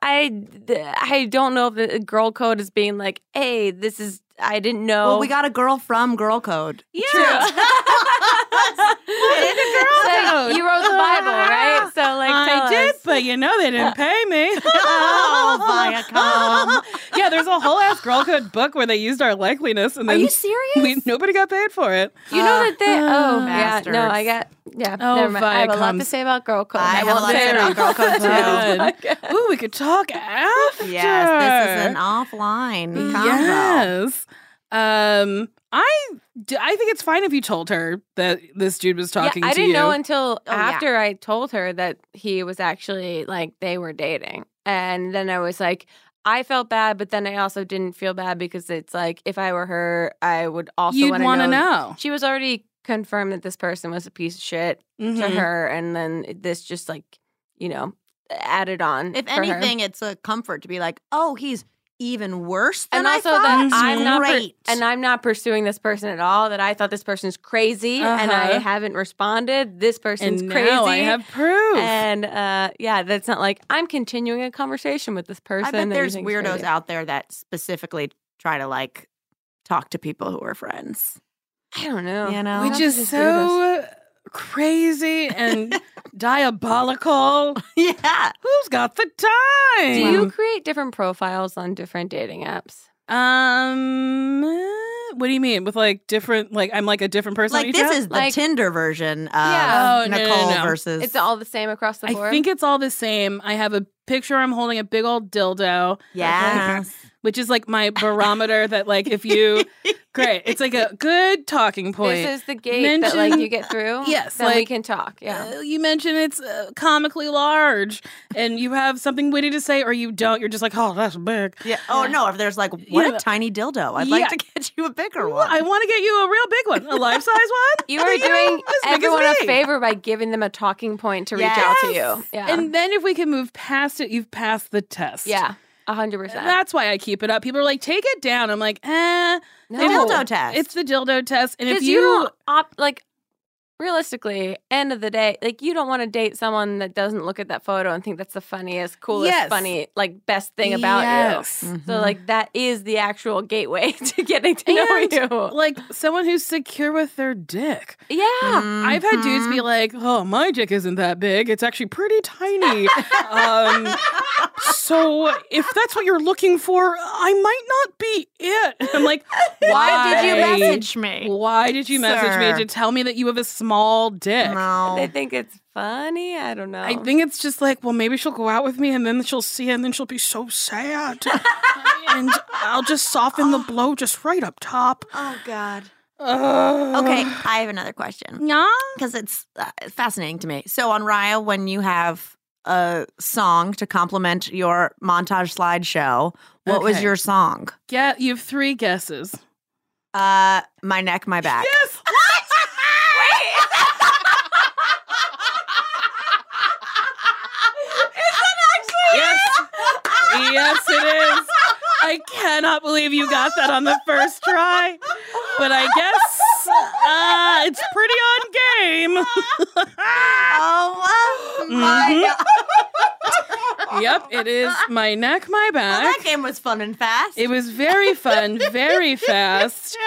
C: I, I don't know if the girl code is being like, hey, this is, I didn't know.
B: well, we got a girl from Girl Code.
A: Yeah.
C: So
A: code.
C: you wrote the Bible, right? So like, tell
A: I did,
C: us.
A: but you know they didn't pay me.
B: Oh, Viacom.
A: Um, yeah, there's a whole ass girl code book where they used our likeliness, and
B: Are
A: then
B: you serious?
A: we, nobody got paid for it.
C: You know that they. Oh,
A: Ah.
C: yeah. No,
B: Bastards.
C: I got. Yeah.
A: Oh,
C: never mind. I have a lot to
A: Viacoms.
C: say about girl code.
B: I have a
C: won't
B: lot to
C: say
B: say
C: it
B: about
C: on
B: girl code, too.
A: God.
C: Okay.
A: Ooh, we could talk after.
B: Yes, this is an offline combo.
A: Yes. Um, I, d- I think it's fine if you told her that this dude was talking
C: yeah, I
A: to
C: didn't
A: you.
C: know until
B: Oh, yeah.
C: after I told her that he was actually like they were dating. And then I was like, I felt bad, but then I also didn't feel bad because it's like if I were her, I would also
A: You'd
C: want to
A: wanna
C: She was already confirmed that this person was a piece of shit
A: know.
C: to
B: Mm-hmm.
A: Mhm.
C: her, and then this just like you know added on.
B: If
C: for her.
B: anything, it's a comfort to be like, oh, he's even worse than
C: and also
B: I thought.
C: that I'm not per-
B: great.
C: and I'm not pursuing this person at all. That I thought this person's crazy, and I
A: Uh-huh.
C: haven't responded. This person's
A: and
C: crazy.
A: now I have proof.
C: And uh, yeah, that's not like I'm continuing a conversation with this person.
B: I
C: that
B: bet
C: you
B: there's
C: think is
B: weirdos
C: crazy.
B: out there that specifically try to like talk to people who are friends.
C: I don't know.
B: You know?
A: Which is
C: That's just
A: so crazy and diabolical.
B: yeah.
A: Who's got the time?
C: weirdos. Do you create different profiles on different dating apps?
A: Um, uh, what do you mean with like different? Like I'm like a different person. on
B: Like
A: each
B: this
A: app?
B: is the
C: Like-
B: Tinder version of
C: Yeah.
A: Oh, no, no,
B: Nicole
A: no.
B: versus
C: It's all the same across the board.
A: I think it's all the same. I have a picture. I'm holding a big old dildo,
B: Yes.
A: which is like my barometer. that like if you great, it's like a good talking point.
C: this is the gate that like
A: mention-
C: you get through.
A: Yes,
C: then we
A: like-
C: can talk. Yeah.
A: Uh, you mention it's uh, comically large, and you have something witty to say, or you don't. You're just like, oh, that's big.
B: Yeah. Oh no, if there's like what
A: Yeah.
B: a tiny dildo. I'd
A: Yeah.
B: like to get you a bigger one.
A: I want to get you a real big one, a life size one.
C: You are doing
A: as big as
C: everyone a
A: me.
C: favor by giving them a talking point to reach out to you. Yeah.
A: And then if we can move past it, you've passed the test.
C: yeah. A hundred percent.
A: That's why I keep it up. People are like, take it down. I'm like, eh.
C: No.
B: the dildo
A: It's-
B: test.
A: It's the dildo test. And if
C: Because
A: you,
C: you, don't opt like realistically, end of the day, like you don't want to date someone that doesn't look at that photo and think that's the funniest, coolest,
A: Yes.
C: funny, like best thing about
A: Yes.
C: you.
B: Mhm.
C: So like that is the actual gateway to getting to
A: And-
C: know
A: like someone who's secure with their dick.
C: you. Yeah.
B: Mm-hmm.
A: I've had dudes be like, "Oh, my dick isn't that big. It's actually pretty tiny." um, so if that's what you're looking for, I might not be it. I'm like, why,
B: Why did you message me?
A: Why did you message
B: sir?
A: me to tell me that you have a small dick?
C: They
B: No.
C: think it's funny. I don't know.
A: I think it's just like, well, maybe she'll go out with me and then she'll see it and then she'll be so sad. and I'll just soften the blow just right up top.
B: Oh God.
A: Ugh.
B: Okay, I have another question
A: Yeah.
B: because it's uh, fascinating to me. So on Raya, when you have a song to complement your montage slideshow, what was
A: Okay.
B: your song?
A: Get you have three guesses.
B: Uh, my neck, my back.
A: Yes.
B: Wait.
A: Yes. yes, it is. I cannot believe you got that on the first try. But I guess uh, it's pretty on
B: Oh my
C: Mm-hmm.
A: Mhm.
B: god!
A: game. yep, it is my neck, my
B: Well, that
A: back.
B: game was fun and fast.
A: It was very fun, very fast.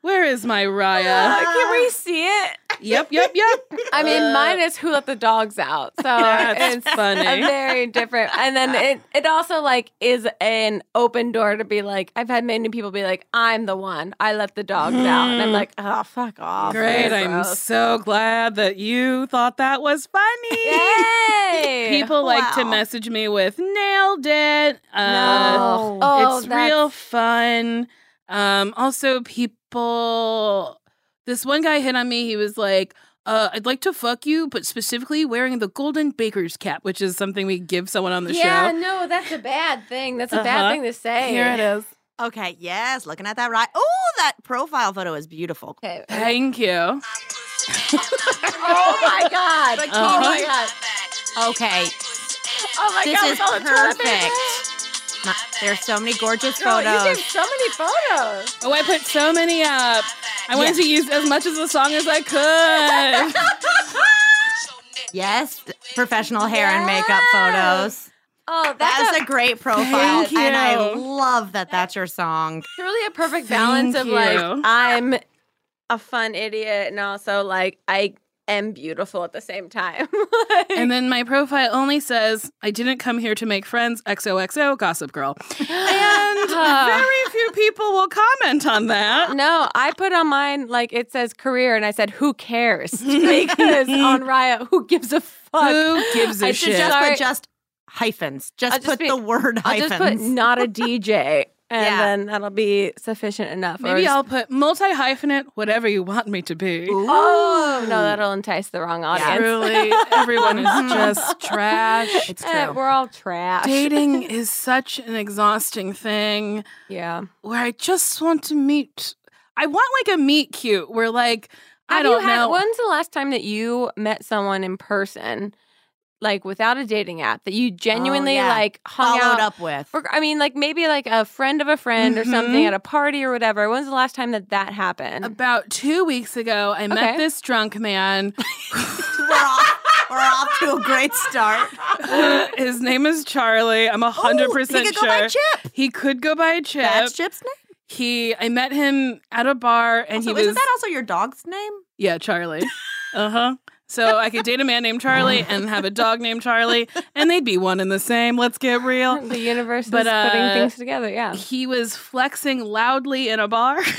A: Where is my Raya?
C: Can we see it?
A: Yep, yep, yep.
C: I mean,
A: Uh,
C: mine is who let the dogs out. So
A: That's
C: it's
A: funny.
C: a very different. And then it it also like is an open door to be like I've had many people be like I'm the one I let the dogs out, and I'm like oh fuck off.
A: Mm. Great.
C: That's
A: I'm
C: gross.
A: so glad that you thought that was funny.
C: Yay!
A: People like to
B: Wow.
A: message me with nailed it. Uh,
C: No. Oh,
A: it's
C: that's-
A: real fun. Um, also, people, this one guy hit on me. He was like, uh, I'd like to fuck you, but specifically wearing the golden baker's cap, which is something we give someone on the
C: yeah,
A: show.
C: no, that's a bad thing. That's a
A: Uh-huh.
C: bad thing to say.
A: Here it is.
B: okay. Yes, looking at that right. Oh, that profile photo is beautiful.
C: Okay.
A: Thank you.
C: Oh my god! Oh my
A: Uh-huh.
C: god!
B: Okay,
C: Oh my
B: this
C: god!
B: is
C: with all the toilet paper.
B: perfect. My- there's so many gorgeous
C: Girl, you
B: photos.
C: did so many photos.
A: Oh, I put so many up. I wanted to use as much of the song as I could.
B: Yes, th- professional hair and makeup photos.
C: Oh, that's,
B: That's
C: a,
B: a great profile,
A: Thank you.
B: and I love that. That's your song.
C: truly a perfect balance
A: Thank
C: of like
A: you.
C: I'm a fun idiot and also like I am beautiful at the same time. Like-
A: and then my profile only says, I didn't come here to make friends, XOXO, Gossip Girl. And very few people will comment on that.
C: no, I put on mine like it says career and I said who cares because on Raya who gives a fuck.
A: Who gives a
C: I
A: shit?
B: Just
C: Just
B: put
C: sorry.
B: just hyphens. Just,
C: I'll just
B: put
C: be-
B: the word
C: I'll
B: hyphens.
C: just put not a DJ and
B: Yeah.
C: then that'll be sufficient enough. Or
A: Maybe
C: just-
A: I'll put multi hyphenate, whatever you want me to be.
B: Ooh.
C: Oh no, that'll entice the wrong audience.
A: Truly, everyone is just trash.
B: Mm-hmm. It's
C: Eh,
B: true.
C: we're all trash.
A: Dating is such an exhausting thing
C: Yeah.
A: where I just want to meet. I want like a meet cute where like I
C: Have
A: don't
C: you had,
A: know.
C: When's the last time that you met someone in person, like without a dating app, that you genuinely
B: Oh, yeah.
C: like hung
B: Followed
C: out?
B: up with.
C: For, I mean, like maybe like a friend of a friend or something
A: Mhm.
C: at a party or whatever. When's the last time that that happened?
A: About two weeks ago, I met
C: Okay.
A: this drunk man.
B: we're off, we're off to a great start.
A: His name is Charlie. I'm hundred percent
B: He could
A: sure
B: go by Chip.
A: he could go by Chip.
B: That's Chip's name.
A: He, I met him at a bar, and
B: So
A: he was
B: isn't that also your dog's name?
A: Yeah, Charlie. Uh huh. So I could date a man named Charlie and have a dog named Charlie, and they'd be one and the same. Let's get real.
C: the universe
A: But,
C: is
A: uh,
C: putting things together. Yeah,
A: He was flexing loudly in a bar.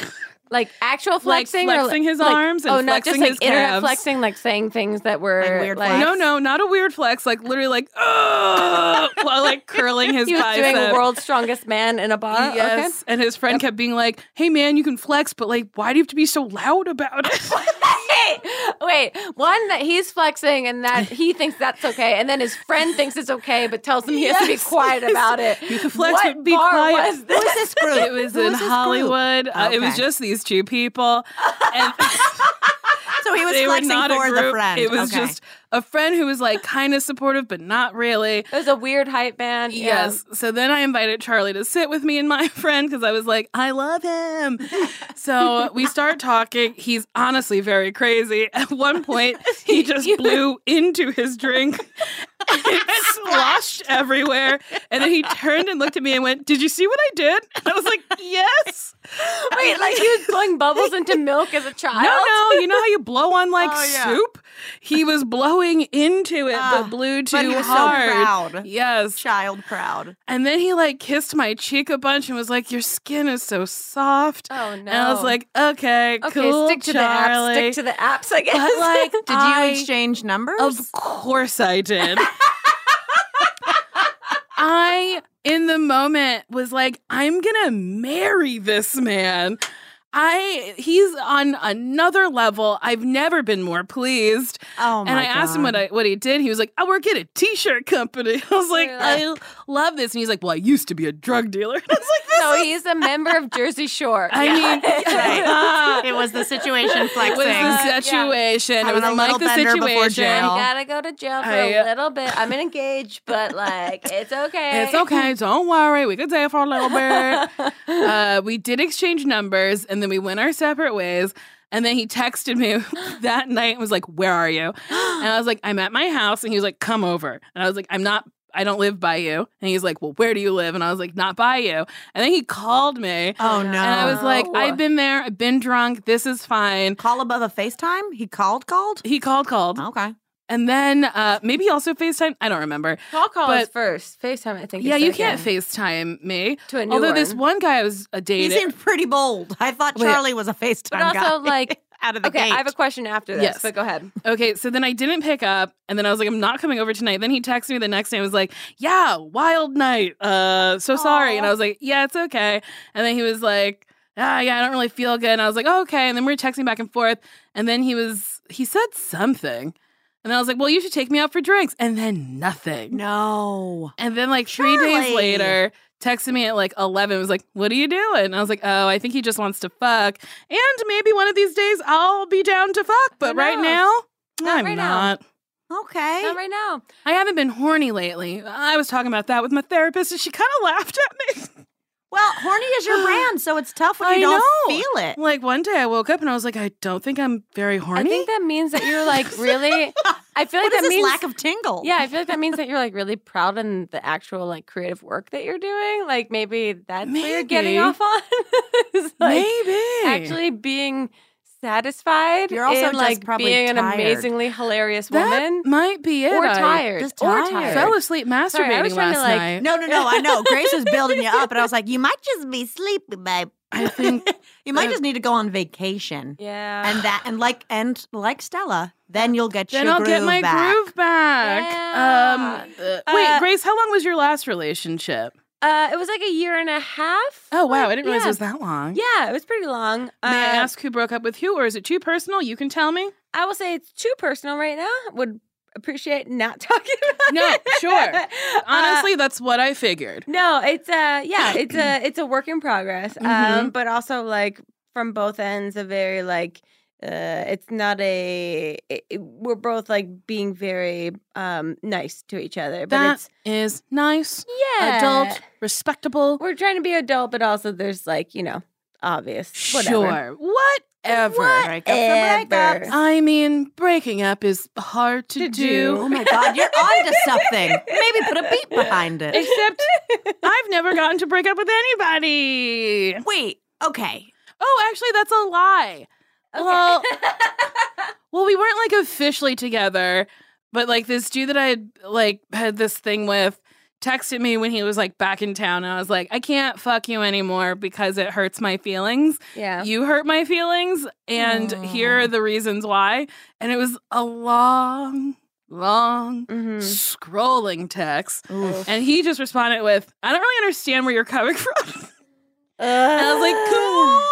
C: like actual
A: like
C: flexing,
A: flexing
C: or,
A: his
C: like-
A: arms and
C: oh, not just
A: flexing
C: like
A: his
C: internet
A: calves.
C: flexing, like saying things that were
B: Like weird flex?
A: no, no, not a weird flex. Like literally, like oh, while like curling his
C: He was
A: bicep.
C: doing world's strongest man in a bar. Okay.
A: Yes, and his friend kept being like, "Hey, man, you can flex, but like, why do you have to be so loud about it?"
C: Wait, wait. One that he's flexing and that he thinks that's okay, and then his friend thinks it's okay, but tells him he has to be
A: Yes,
C: quiet
A: yes.
C: about it.
A: You can flex,
C: what
A: but be
C: bar
A: quiet.
C: Was this?
B: Who's this group?
A: it was
B: Who
A: in
B: is this group?
A: Hollywood. Uh, it was
B: Okay.
A: just these two people, and.
B: So he was
A: they were
B: flexing
A: not
B: for
A: a group.
B: the friend.
A: It was
B: Okay.
A: just a friend who was like kind of supportive, but not really.
C: It was a weird hype band. yeah.
A: Yes. So then I invited Charlie to sit with me and my friend because I was like, I love him. so we start talking. He's honestly very crazy. At one point, he just blew into his drink. it sloshed everywhere. And then he turned and looked at me and went, Did you see what I did? And I was like, Yes.
C: Wait, like he was blowing bubbles into milk as a child.
A: No, no, you know how you blow on like
B: Oh, yeah.
A: soup? He was blowing into it,
B: Ah,
A: but blew too
B: but he was so
A: hard.
B: proud.
A: Yes.
B: Child proud.
A: And then he like kissed my cheek a bunch and was like, Your skin is so soft.
C: Oh no.
A: And I was like, Okay,
C: okay,
A: cool.
C: stick to
A: Charlie.
C: the apps. Stick to the apps, I guess.
A: But like,
B: Did you
A: I-
B: exchange numbers?
A: Of course I did. I, in the moment, was like, I'm gonna marry this man. I he's on another level. I've never been more pleased.
B: oh my
A: and I asked him what I, what he did. He was like, I work at a t-shirt company. I was like,
C: Really?
A: I love this. And he's like, Well, I used to be a drug dealer. I was like,
C: So he's a member of Jersey Shore.
A: I mean,
B: Right. it was the situation
A: it was
B: flexing.
A: the situation. It
B: Having
A: was
B: a
A: like
B: little
A: the
B: bender before jail.
C: I
A: situation.
C: gotta go to jail for
A: I, uh,
C: a little bit. I'm engaged, but like it's okay.
A: It's okay. Don't worry. We could date for a little bit. uh, we did exchange numbers, and then we went our separate ways. And then he texted me that night and was like, "Where are you?" And I was like, "I'm at my house." And he was like, "Come over." And I was like, "I'm not. I don't live by you." And he's like, "Well, where do you live?" And I was like, "Not by you." And then he called me,
B: Oh no!
A: and I was like,
C: No.
A: "I've been there. I've been drunk. This is fine."
B: call above a FaceTime. He called, called.
A: He called,
C: Oh.
A: called,
B: Okay.
A: and then uh, maybe he also Facetime. I don't remember.
C: Call call
A: But-
C: is first. FaceTime, I think. is
A: Yeah, you
C: second.
A: can't FaceTime me.
C: to a new
A: Although this
C: one.
A: one guy I was uh,
B: He
A: dating.
B: seemed pretty bold. I thought
A: Wait.
B: Charlie was a FaceTime
C: But also,
B: guy.
C: like,
B: out of the
C: Okay,
B: gate.
C: I have a question after this,
A: Yes.
C: but go ahead.
A: Okay, so then I didn't pick up, and then I was like, I'm not coming over tonight. Then he texted me the next day and was like, Yeah, wild night. Uh, so sorry. And I
B: Aw.
A: was like, Yeah, it's okay. And then he was like, Ah, yeah, I don't really feel good. And I was like, oh, Okay. And then we were texting back and forth, and then he was he said something, and I was like, Well, you should take me out for drinks, and then nothing.
B: no.
A: And then like three days
B: Charlie.
A: later, texted me at like eleven. Was like, "What are you doing?" And I was like, "Oh, I think he just wants to fuck." And maybe one of these days I'll be down to fuck, but
C: Who
A: right
C: knows?
A: now,
C: Not
A: I'm
C: right now.
A: not.
B: Okay.
C: Not right now.
A: I haven't been horny lately. I was talking about that with my therapist, and she kind of laughed at me.
B: Well, horny is your brand, so it's tough when
A: I
B: you don't
A: know.
B: feel it.
A: like one day, I woke up and I was like, "I don't think I'm very horny."
C: I think that means that you're like really. I feel like
B: What is
C: that
B: this
C: means
B: lack of tingle?
C: Yeah, I feel like that means that you're like really proud in the actual like creative work that you're doing. Like maybe that's what you're getting
A: Maybe.
C: off on. Is, like
A: Maybe
C: actually being satisfied.
B: You're also
C: in,
B: just
C: like
B: probably
C: being an
B: tired.
C: amazingly hilarious
A: that
C: woman.
A: might be it.
C: Or
A: I
C: tired.
B: Just
C: Or
B: tired.
C: tired.
A: fell asleep masturbating
C: Sorry, I was trying
A: last
C: to, like-
A: night.
B: No, no, no. I know. Grace was building you up, and I was like, you might just be sleepy, babe.
A: I think
B: You might
A: Uh,
B: just need to go on vacation.
C: yeah.
B: And that, and like, and like Stella, then you'll get
A: then
B: your
A: I'll
B: groove
A: get my
B: back.
A: groove back. Um, uh, wait,
C: Uh,
A: Grace, how long was your last relationship?
C: uh, it was like a year and a half.
A: Oh wow,
C: Like,
A: I didn't realize
C: yeah.
A: it was that long.
C: Yeah, it was pretty long.
A: May I
C: Uh,
A: ask who broke up with who, or is it too personal? You can tell me.
C: I will say it's too personal right now. Would appreciate not talking about
A: No,
C: it.
A: sure.
C: Uh,
A: Honestly, that's what I figured.
C: no, it's uh yeah, it's a it's a work in progress. Um,
A: Mhm.
C: but also like from both ends, a very like uh, it's not a it- it- we're both like being very um nice to each other, but
A: That
C: it's
A: is nice,
C: yeah,
A: adult, respectable.
C: We're trying to be adult, but also there's like you know obvious whatever.
A: Sure. Whatever.
B: Break up the breakup.
C: Ever.
A: I mean, breaking up is hard to,
C: To
A: do.
C: do.
B: Oh my God, you're onto something. Maybe put a beat behind it.
A: Except I've never gotten to break up with anybody.
B: Wait, okay.
A: Oh, actually, that's a lie.
C: Okay.
A: Well, well, we weren't like officially together, but like this dude that I had like had this thing with texted me when he was like back in town and I was like, I can't fuck you anymore because it hurts my feelings.
C: yeah.
A: you hurt my feelings and here are the reasons why and it was a long long
C: Mhm.
A: scrolling text
B: Oof.
A: and he just responded with i don't really understand where you're coming from and i was like cool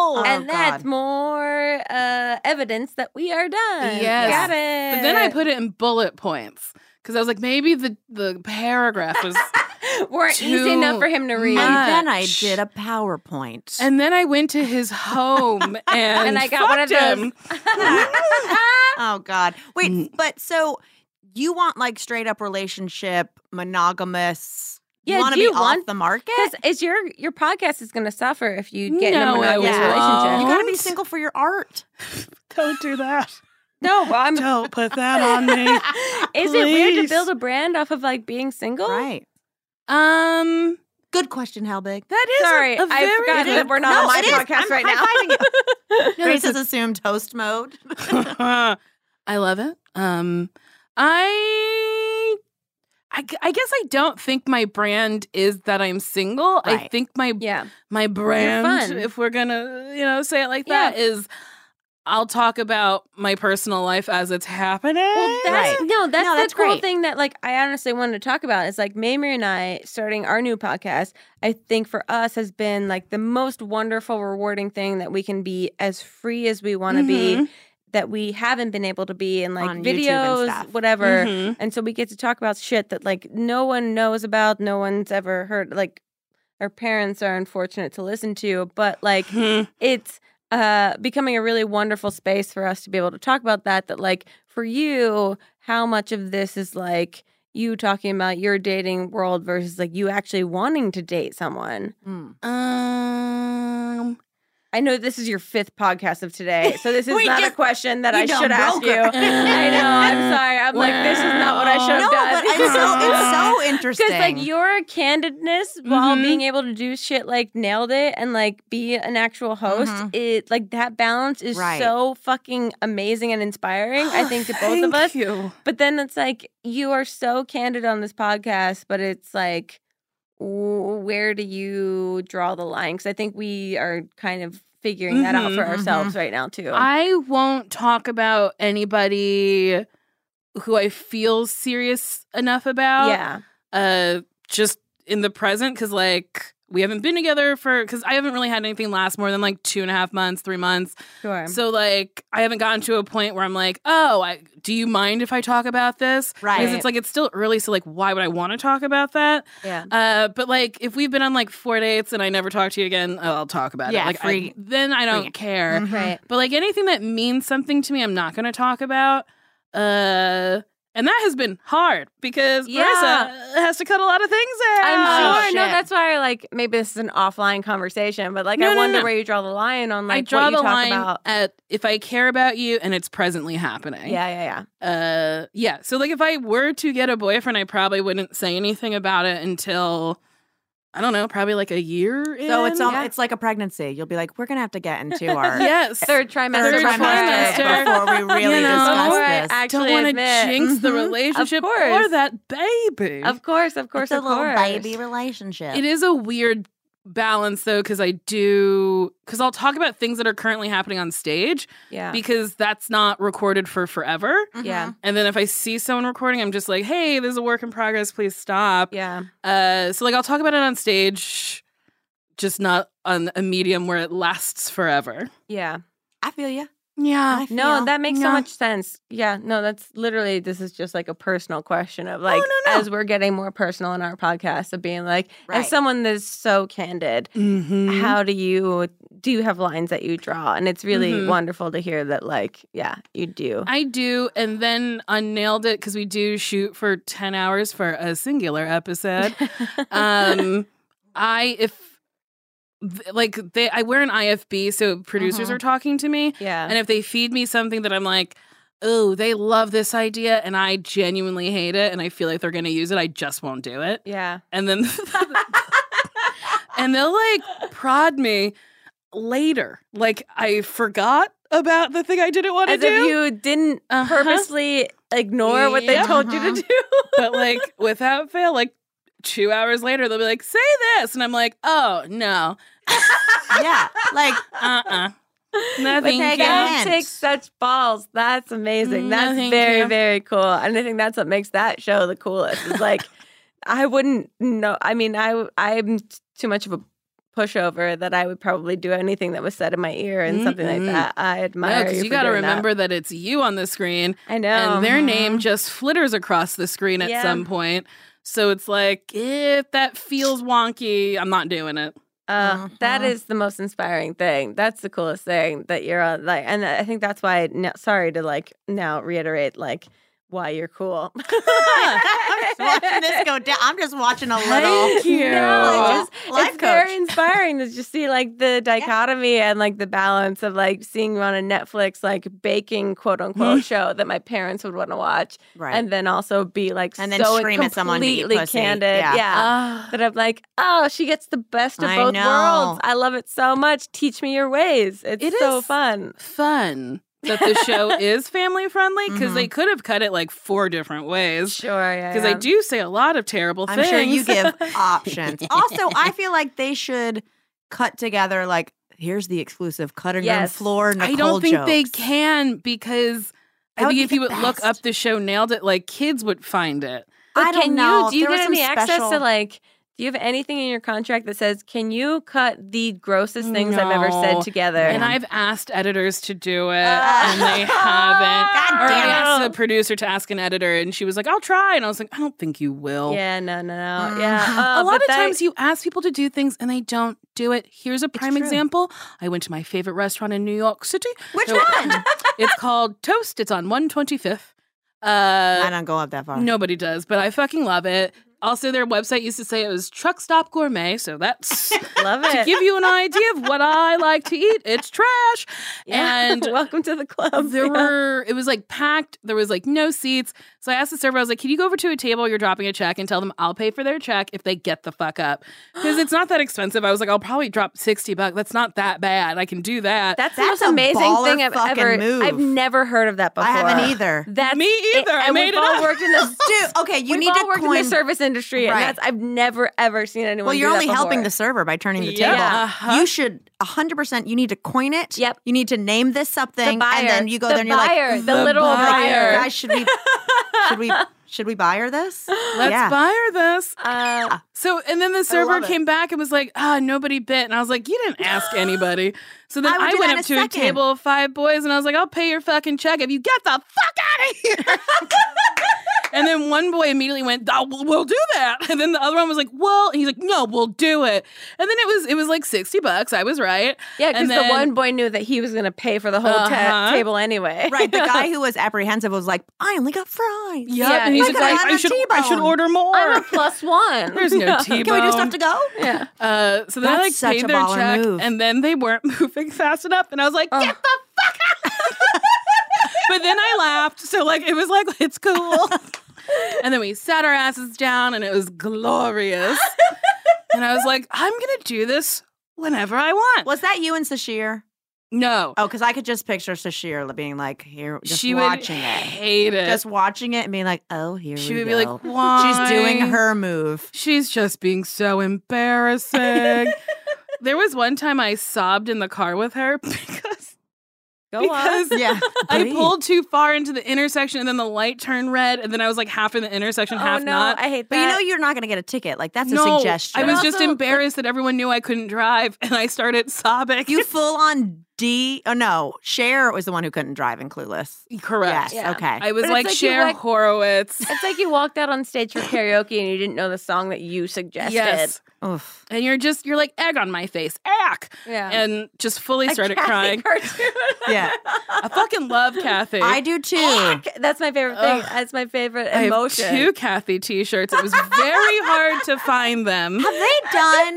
B: Oh,
C: and
B: God.
C: that's more uh, evidence that we are done.
A: Yes.
C: Got it.
A: but then i put it in bullet points because i was like maybe the, the paragraph was
C: weren't easy
A: too
C: enough for him to read.
A: much.
B: And then I
A: Much.
B: did a PowerPoint.
A: and then i went to his home and,
C: And I got one of
A: fucked
C: those.
A: him.
B: oh God. Wait,
A: Mm.
B: but so you want like straight up relationship, monogamous.
C: Yeah,
B: you want to
C: do
B: be
C: you want-
B: off the market?
C: Because it's your your podcast is going to suffer if you get
A: No,
C: in a
A: it
C: monogamous
B: won't. You
C: relationship.
B: gotta be
A: Don't.
B: single for your art.
A: don't do that
C: No, well, I'm.
A: don't put that on me
C: Is it weird to
A: please.
C: build a brand off of like being single?
B: Right.
A: um
B: Good question, how big?
A: that is a-
C: Sorry,
A: a,
C: I
A: very
C: forgot
A: good
C: that we're not
B: no,
C: on my
B: it is.
C: podcast
B: I'm
C: right now.
B: high-fiving
A: No,
B: Grace
A: that's
B: has assumed host mode.
A: I love it. Um, I, I, gu- I guess I don't think my brand is that I'm single. I
B: Right.
A: think my
C: yeah.
A: my brand,
C: fun.
A: if we're gonna you know say it like
C: Yeah.
A: that, is I'll talk about my personal life as it's happening.
C: Well, that's no, that's
B: No,
C: the
B: that's
C: cool
B: great.
C: thing that like I honestly wanted to talk about. It's like Mamrie and I starting our new podcast. I think for us has been like the most wonderful, rewarding thing that we can be as free as we want to
A: Mm-hmm.
C: be. That we haven't been able to be in like
B: Mm-hmm. On YouTube and
C: videos,
B: stuff. Mm-hmm.
C: whatever.
A: Mhm.
C: And so we get to talk about shit that like no one knows about, no one's ever heard. Like our parents are unfortunate to listen to, but like
E: Hmm.
A: Mm-hmm.
C: it's uh, becoming a really wonderful space for us to be able to talk about that. That, like, for you, how much of this is like you talking about your dating world versus like you actually wanting to date someone?
B: Mm.
A: Um,
C: I know this is your fifth podcast of today, so this is
B: We
C: not a
B: just-
C: question that
B: you
C: I
B: done
C: should ask
B: broke
C: you.
B: her.
C: I know. I'm sorry. I'm like, this is not what I should have
B: No,
C: done.
B: but it's so it's so interesting.
C: Because like your candidness while
A: Mhm.
C: being able to do shit like nailed it and like be an actual host,
B: Mhm.
C: it like that balance is
B: Right.
C: so fucking amazing and inspiring. I think to both of
E: Thank
C: us.
E: you.
C: But then it's like you are so candid on this podcast, but it's like w- where do you draw the line? Because I think we are kind of figuring that out
E: Mhm,
C: for ourselves right now too.
A: I won't talk about anybody who I feel serious enough about.
C: yeah.
A: uh just in the present because like we haven't been together for because i haven't really had anything last more than like two and a half months three months
C: Sure.
A: so like i haven't gotten to a point where i'm like oh I, do you mind if i talk about this because
B: right.
A: it's like it's still early so like why would i want to talk about that
B: Yeah.
A: uh but like if we've been on like four dates and i never talk to you again oh, i'll talk about
B: Yeah,
A: it like I-
B: free-
A: then i don't
B: free-
A: care
B: Mhm.
C: right.
A: but like anything that means something to me, I'm not going to talk about. Uh, and that has been hard because
C: Yeah.
A: Marissa has to cut a lot of things out.
C: I'm
B: Oh,
C: sure. No,
B: shit.
C: that's why. Like, maybe this is an offline conversation, but like,
A: No,
C: I
A: no,
C: wonder
A: no.
C: where you draw the line on
A: I
C: like
A: draw
C: what you
A: the
C: talk
A: line
C: about.
A: at if I care about you and it's presently happening.
C: Yeah, yeah, yeah.
A: Uh, yeah. So like if I were to get a boyfriend, I probably wouldn't say anything about it until I don't know, probably like a year.
B: So it's
A: in.
B: all,
C: Yeah.
B: it's like a pregnancy. You'll be like, we're gonna have to get into our
A: yes.
C: Third trimester.
A: Third
B: third
C: before I-
A: trimester.
B: before we really
A: You know,
B: discuss
A: before
C: I
B: this.
C: act-
A: don't
C: actually
A: want to
C: admit.
A: jinx the
C: Mhm. Of
A: relationship or
C: course.
A: that baby.
C: Of course, of course, of course.
B: relationship.
A: It is a weird balance though, because I do because I'll talk about things that are currently happening on stage
C: Yeah.
A: because that's not recorded for forever.
B: Mm-hmm.
C: Yeah.
A: And then if I see someone recording, I'm just like, hey, this is a work in progress. Please stop.
C: Yeah.
A: Uh, so like I'll talk about it on stage, just not on a medium where it lasts forever.
C: Yeah.
B: I feel you.
A: Yeah.
C: Oh, No, that makes so
A: Yeah.
C: much sense. Yeah, no, that's literally this is just like a personal question of like
A: no, no.
C: as we're getting more personal in our podcast of being like
B: Right.
C: as someone that's so candid,
A: Mm-hmm.
C: how do you do you have lines that you draw? And it's really
A: Mhm.
C: wonderful to hear that like yeah, you do.
A: I do, and then unnailed it because we do shoot for ten hours for a singular episode. um i if th- like they i wear an ifb so producers
B: Mhm.
A: are talking to me
C: Uh-huh. yeah.
A: and if they feed me something that i'm like oh they love this idea and i genuinely hate it and i feel like they're going to use it i just won't do it
C: yeah.
A: and then and they'll like prod me later like i forgot about the thing i didn't want to
C: As
A: do
C: if you didn't
A: Uh-huh.
C: purposely ignore what they
A: Yep. Uh-huh.
C: told you to do.
A: but like without fail like two hours later they'll be like say this and i'm like oh no
B: yeah. Like
A: uh-uh
C: But
A: Nothing
C: they
B: can.
C: don't take such balls. That's amazing. That's
A: Nothing
C: very,
A: can.
C: very cool. And I think that's what makes that show the coolest. Is like I wouldn't know. I mean, I I'm too much of a pushover that I would probably do anything that was said in my ear and something like
A: Mm-mm.
C: that. I
A: No,
C: admire
A: because
C: you.
A: you,
C: got
A: got
C: to
A: to remember that. it's you on the screen,
C: I know.
A: and their
B: Mhm.
A: name just flitters across the screen at
C: Yeah.
A: some point. So it's like, if that feels wonky, I'm not doing it. Uh-huh.
C: Uh, that
B: Mhm.
C: is the most inspiring thing. That's the coolest thing that you're on. Like, and I think that's why. Now, sorry to like now reiterate like why you're cool.
B: I'm just watching this go down. I'm just watching a little.
A: Thank you.
C: No,
B: Like,
C: it's
B: just life
C: it's
B: coach.
C: very inspiring to just see like the dichotomy and like the balance of like seeing on a Netflix like baking quote unquote show that my parents would want to watch,
B: right.
C: and then also be like
B: And then
C: so
B: scream at someone to eat
C: completely
B: pussy.
C: candid,
B: Yeah. Uh.
A: Ah.
B: Ah.
C: That I'm like, oh, she gets the best of
B: I
C: both
B: know.
C: worlds. I love it so much. Teach me your ways. It's
A: It
C: so
A: is-
C: fun.
A: fun that the show is family friendly because
B: Mhm.
A: they could have cut it like four different ways.
C: Sure, yeah.
A: Because I
C: yeah.
A: do say a lot of terrible
B: I'm
A: things.
B: sure you give options. Also, I feel like they should cut together like here's the exclusive cutting room
C: Yes.
B: floor Nicole
A: I don't think they
B: jokes.
A: can because
B: That
A: I
B: would
A: think
B: be
A: if
B: the
A: you would look
B: best.
A: up the show, nailed it, like kids would find it.
C: But
B: I don't
C: can
B: know.
C: you do you
B: There were
C: get
B: some
C: any access
B: special-
C: to like Do you have anything in your contract that says, can you cut the grossest things I've ever
A: No.
C: said together?
A: And I've asked editors to do it,
C: Ah.
A: and they haven't.
B: God
A: Or I
B: damn it.
A: asked the producer to ask an editor, and she was like, "I'll try," and I was like, "I don't think you will."
C: Yeah, no, no, no.
B: Mm.
C: Yeah.
A: a
C: uh,
A: lot
C: but
A: of
C: that-
A: times you ask people to do things and they don't do it. Here's a prime
C: true.
A: example. I went to my favorite restaurant in New York City.
B: Which
A: There
B: one?
A: were- it's called Toast. It's on 125th.
B: I
A: Uh,
B: don't go up that far.
A: nobody does, but I fucking love it. Also, their website used to say it was truck stop gourmet, so that's
C: love
A: to
C: it.
A: give you an idea of what I like to eat. It's trash.
C: Yeah.
A: and-
C: welcome to the club.
A: There
C: Yeah.
A: were it was like packed. There was like no seats. So I asked the server, I was like, "Can you go over to a table? You're dropping a check, and tell them I'll pay for their check if they get the fuck up, because it's not that expensive." I was like, "I'll probably drop sixty bucks. That's not that bad. I can do that."
C: That's,
B: That's
C: the
B: a
C: most amazing
B: baller
C: thing I've
B: fucking
C: ever.
B: move.
C: I've never heard of that before.
B: I haven't either.
C: That's
A: Me either. I
C: and
A: made
C: we've
A: it
C: all
A: up.
C: worked in the
B: Dude, okay, you
C: we've
B: need
C: all
B: to
C: worked
B: coin.
C: in the service industry,
B: Right.
C: and that's I've never ever seen anyone.
B: well,
C: do
B: you're
C: that
B: only helping the
C: before.
B: server by turning the
A: Yeah.
B: table.
A: Uh-huh.
B: You should 100%, you need to coin it.
C: Yep.
B: You need to name this something.
C: The buyer,
B: And then you go
C: the
B: there and you're
C: buyer,
B: like, "Oh,
C: the, little
A: buyer.
C: buyer.
B: Guys, should we, should we, should we buy her this?
A: Let's
B: yeah.
A: buy her this.
C: Uh,
A: So, and then the server
B: love it.
A: came back and was like, ah, nobody bit. And I was like, you didn't ask anybody. So then
B: I would
A: I,
B: do
A: went
B: that
A: up to
B: in a
A: a
B: second.
A: table of five boys and I was like, I'll pay your fucking check if you get the fuck out of here. and then one boy immediately went, oh, we'll, we'll do that. And then the other one was like, well, and he's like, no, we'll do it. And then it was, it was like 60 bucks. I was right.
C: yeah, because
A: And then-
C: the one boy knew that he was going to pay for the whole ta-
A: Uh-huh.
C: table anyway.
B: Right. The guy who was apprehensive was like, I only got fries.
A: Yeah.
C: Yeah,
A: and he's
C: I
A: like,
B: got
A: I, I
B: a
A: should, I should
B: T-bone.
A: order more.
C: I'm a plus one.
A: There's no
C: Yeah.
A: T-bone.
B: Can we do stuff to go?
C: Yeah.
A: Uh, so then I
B: That's
A: like
B: such
A: paid
B: a
A: their
B: baller
A: check,
B: move. Oh.
A: and then they weren't moving fast enough, and I was like, "Get the fuck out!" but then I laughed, so like it was like it's cool. and then we sat our asses down, and it was glorious. and I was like, "I'm gonna do this whenever I want."
B: Was that you and Sashir?
A: No,
B: Oh, because I could just picture Sashir being like, here, just
A: she
B: watching
A: would
B: it.
A: hate it.
B: Just watching it and being like, oh, here
A: she
B: we
A: would be
B: go.
A: like, "Why?"
B: She's doing her move.
A: She's just being so embarrassing. there was one time I sobbed in the car with her because
C: Go on.
A: because
B: Yeah.
A: I
B: Breathe.
A: pulled too far into the intersection and then the light turned red and then I was like half in the intersection, half
C: oh no,
A: not.
C: I hate that.
B: But you know you're not going to get a ticket. Like that's
A: no,
B: a suggestion.
A: I was just
C: Also-
A: embarrassed that everyone knew I couldn't drive and I started sobbing.
B: you full on D. Oh no, Cher was the one who couldn't drive in Clueless.
A: correct.
B: Yes.
C: Yeah.
B: Okay.
A: I was
C: But it's
A: like,
C: like you
A: Cher
C: like-
A: Horowitz.
C: It's like you walked out on stage for karaoke and you didn't know the song that you suggested.
A: Yes.
B: Oof.
A: And you're just you're like egg on my face. Ack.
C: Yeah.
A: And just fully
C: A
A: started
C: Kathy
A: crying.
C: cartoon.
B: Yeah.
A: I fucking love Kathy.
B: I do too.
C: That's my favorite thing.
A: Ugh.
C: That's my favorite
A: I have
C: emotion.
A: two Kathy t-shirts. It was very hard to find them.
B: Have they done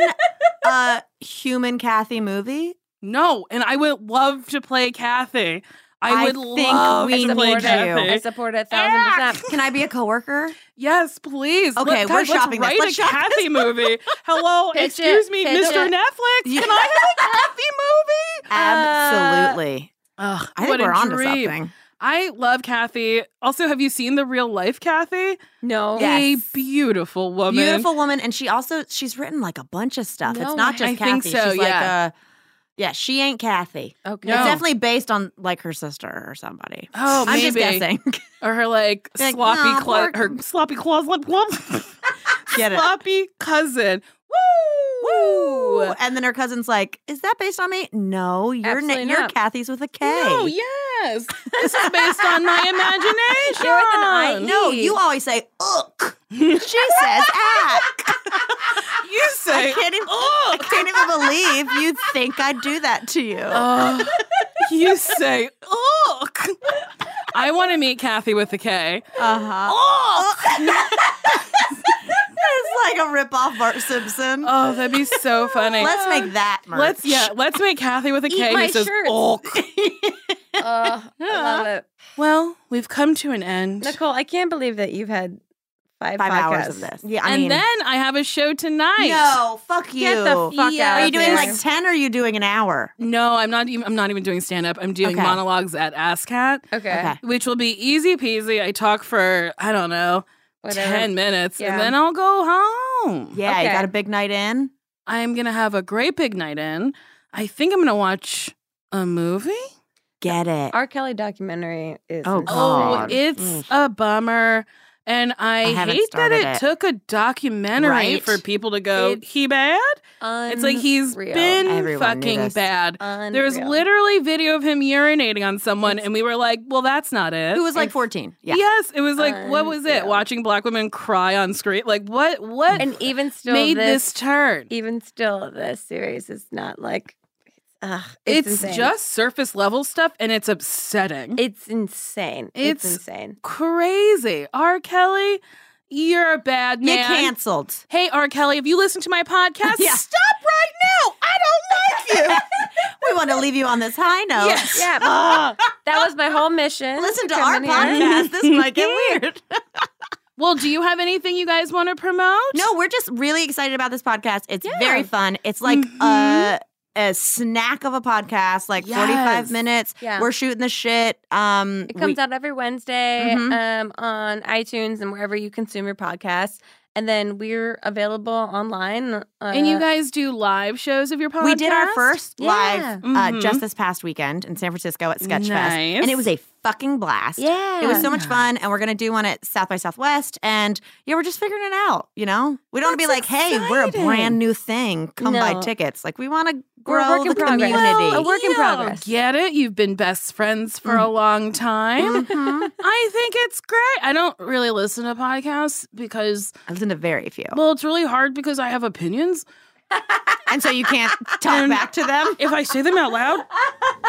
B: a human Kathy movie?
A: No, and I would love to play Kathy. I
B: I
A: would
B: think
A: love
B: we
A: to play
B: need you.
A: Kathy.
C: I support it a thousand percent.
B: Can I be a coworker?
A: Yes, please. Let-
B: Okay,
A: guys,
B: we're shopping this.
A: Let's write
B: Let's
A: a
B: shop
A: Kathy movie. Hello,
C: Pitch
A: excuse
C: it,
A: me,
C: pitch
A: Mr.
C: it.
A: Netflix.
B: Yeah.
A: Can I have a Kathy movie?
B: Absolutely.
A: Ugh,
B: I
A: Uh, what
B: think we're
A: a
B: on to
A: dream.
B: something.
A: I love Kathy. Also, have you seen the real life Kathy?
C: No.
B: Yeah.
A: A
B: Yes.
A: beautiful woman.
B: Beautiful woman, and she also she's written like a bunch of stuff.
C: No,
B: it's not just
A: I think
B: Kathy.
A: so,
B: she's like
A: yeah.
B: a yeah. She ain't Kathy.
C: Okay.
A: No.
B: It's definitely based on like her sister or somebody.
A: Oh,
B: I'm just
A: maybe.
B: guessing.
A: Or her like,
B: Like,
A: sloppy,
B: nah,
A: clo-
B: poor-
A: her sloppy closet,
B: Get it.
A: sloppy cousin. Woo!
B: Ooh, And then her cousin's like, "Is that based on me?" No, your na-
C: Absolutely
B: your
C: not.
B: Kathy's with a K.
A: No, yes. This is based on my imagination.
C: You're with an
B: no, you always say "uck." she says "ack."
A: You
B: I
A: say,
B: can't even. I can't even believe you think I'd do that to you.
A: uh, you say, look. I want to meet Kathy with a K.
B: Uh-huh. it's like a ripoff of Bart Simpson.
A: Oh, that'd be so funny.
B: Let's make that merch.
A: Let's yeah, let's make Kathy with a K
C: Eat my
A: who says
C: shirts.
A: "Ugh."
C: Oh, I love it.
A: Well, we've come to an end.
C: Nicole, I can't believe that you've had five,
B: five
C: podcasts.
B: hours of this. Yeah, I
A: and
B: mean,
A: then I have a show tonight.
B: no, fuck you.
C: Get the fuck
A: Yeah.
C: out.
B: are you
C: of
B: doing
C: here.
B: like ten? or Are you doing an hour?
A: No, I'm not even I'm not even doing stand up. I'm doing
B: Okay.
A: monologues at ASCAT,
C: okay,
B: Okay.
A: which will be easy peasy. I talk for I don't know,
C: whatever?
A: 10 minutes
C: Yeah.
A: and then I'll go home.
B: Yeah, you
C: Okay.
B: got a big night in.
A: I'm going to have a great big night in. I think I'm going to watch a movie.
B: Get it.
C: R. Kelly documentary is
B: Oh,
C: insane.
A: Oh,
B: God.
A: it's
B: Oof.
A: a bummer. And I,
B: haven't
A: hate that
B: started
A: it,
B: it.
A: took a documentary
B: Right.
A: for people to go,
C: It's
A: he bad? It's like he's
C: Unreal.
A: been
B: Everyone knew
A: fucking
B: this.
A: bad.
C: Unreal.
A: There was literally video of him urinating on someone, and we were like, well, that's not it.
B: Who was like 14? Yeah.
A: Yes, it was like, what was it?
C: Unreal.
A: Watching black women cry on screen? Like, what? What
C: and even still
A: made
C: this,
A: this, turn?
C: even still this series is not like ugh, it's,
A: It's,
C: insane.
A: just surface level stuff, and it's upsetting.
C: it's insane. It's,
A: It's-
C: insane.
A: crazy. R. Kelly, you're a bad
B: You
A: man.
B: canceled.
A: Hey, R. Kelly, if you listen to my podcast,
B: Yeah.
A: stop right now. I don't like
B: we want to leave you on this high note.
A: Yes.
C: Yeah, that was my whole mission.
B: Listen to
C: Come
B: our
C: in here.
B: podcast. This might get weird.
A: well, do you have anything you guys want to promote?
B: No, we're just really excited about this podcast. It's
C: Yeah.
B: very fun. It's like
A: Mhm.
B: a, a snack of a podcast, like
A: Yes.
B: 45 minutes.
C: Yeah.
B: We're shooting the shit. Um,
C: It comes
B: we-
C: out every Wednesday um, on iTunes and wherever you consume your podcasts. And then we're available online. Uh,
A: And you guys do live shows of your podcast?
B: We did our first
C: Yeah.
B: live uh,
A: Mhm.
B: just this past weekend in San Francisco at Sketchfest.
A: Nice.
B: And it was a fucking blast.
C: yeah,
B: It was so much fun, and we're gonna do one at South by Southwest, and yeah, we're just figuring it out. You know, we don't want to be
A: That's
B: like, "Hey, we're a
A: exciting.
B: brand new thing. Come buy
C: No.
B: tickets." Like, we want to
C: We're a
B: grow
C: work
B: the
C: in progress.
B: community. Mm.
C: A work in
A: You'll
C: progress.
A: Get it? You've been best friends for a long time.
B: Mhm.
A: I think it's great. I don't really listen to podcasts because,
B: I listen to very few,
A: well, it's really hard because I have opinions.
B: and so you can't talk back to them.
A: If I say them out loud,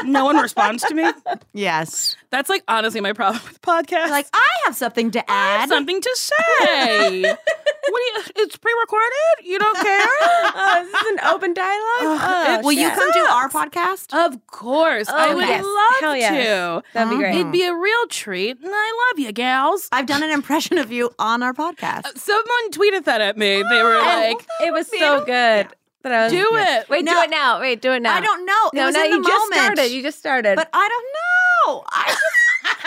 A: no one responds to me.
B: Yes,
A: That's like honestly my problem with podcasts.
B: like I have something to
A: I
B: add.
A: have something to say. what do you? It's pre-recorded. You don't care.
C: Oh, is this an open dialogue? Oh,
A: it-
B: Will you
C: shit.
B: come do our podcast?
A: of course, I
C: Oh,
A: would
C: yes.
A: love
C: Hell yes.
A: to.
C: That'd be great.
A: It'd be a real treat, and I love you, gals.
B: I've done an impression of you on our podcast.
A: Someone tweeted that at me. They
B: Oh,
A: were like,
C: it was so good that I was.
A: "Do it."
C: Wait,
B: No.
C: do it now. Wait, do it now.
B: I don't know. It
C: No,
B: was
C: no,
B: in the
C: you just
B: moment.
C: started. You just started.
B: But I don't know. I just,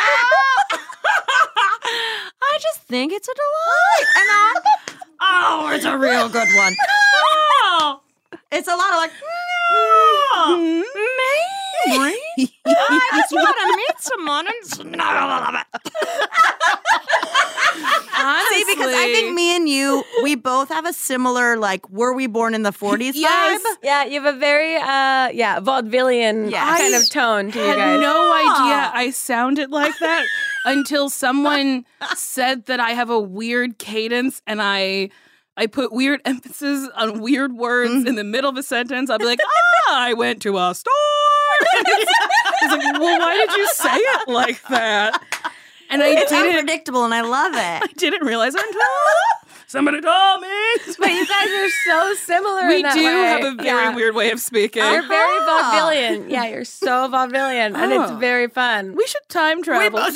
B: I just think it's a delight. And i oh, it's a real good one. It's a lot of like, no, maybe. "Mm, I just want to meet someone and snuggle up.
A: Honestly,
B: See, because I think me and you, we both have a similar like, were we born in the 40s
A: Yes.
B: vibe?
C: yeah, you have a very uh yeah vaudevillian
B: Yes.
C: kind of tone to you
A: had
C: guys.
A: no idea I sounded like that until someone said that I have a weird cadence and I I put weird emphasis on weird words in the middle of a sentence. I'll be like, ah, I went to a store. And it's, it's like, well, why did you say it like that? And I
B: It's
A: didn't
B: unpredictable and I love it.
A: didn't realize it until somebody told me.
C: but you guys are so similar.
A: we
C: in
A: do have
C: that way.
A: a very
C: Yeah.
A: weird way of speaking.
C: You're very
B: Uh-huh.
C: vaudevillian. Yeah, you're so vaudevillian, and it's
A: Oh.
C: very fun.
A: we should time travel.
B: started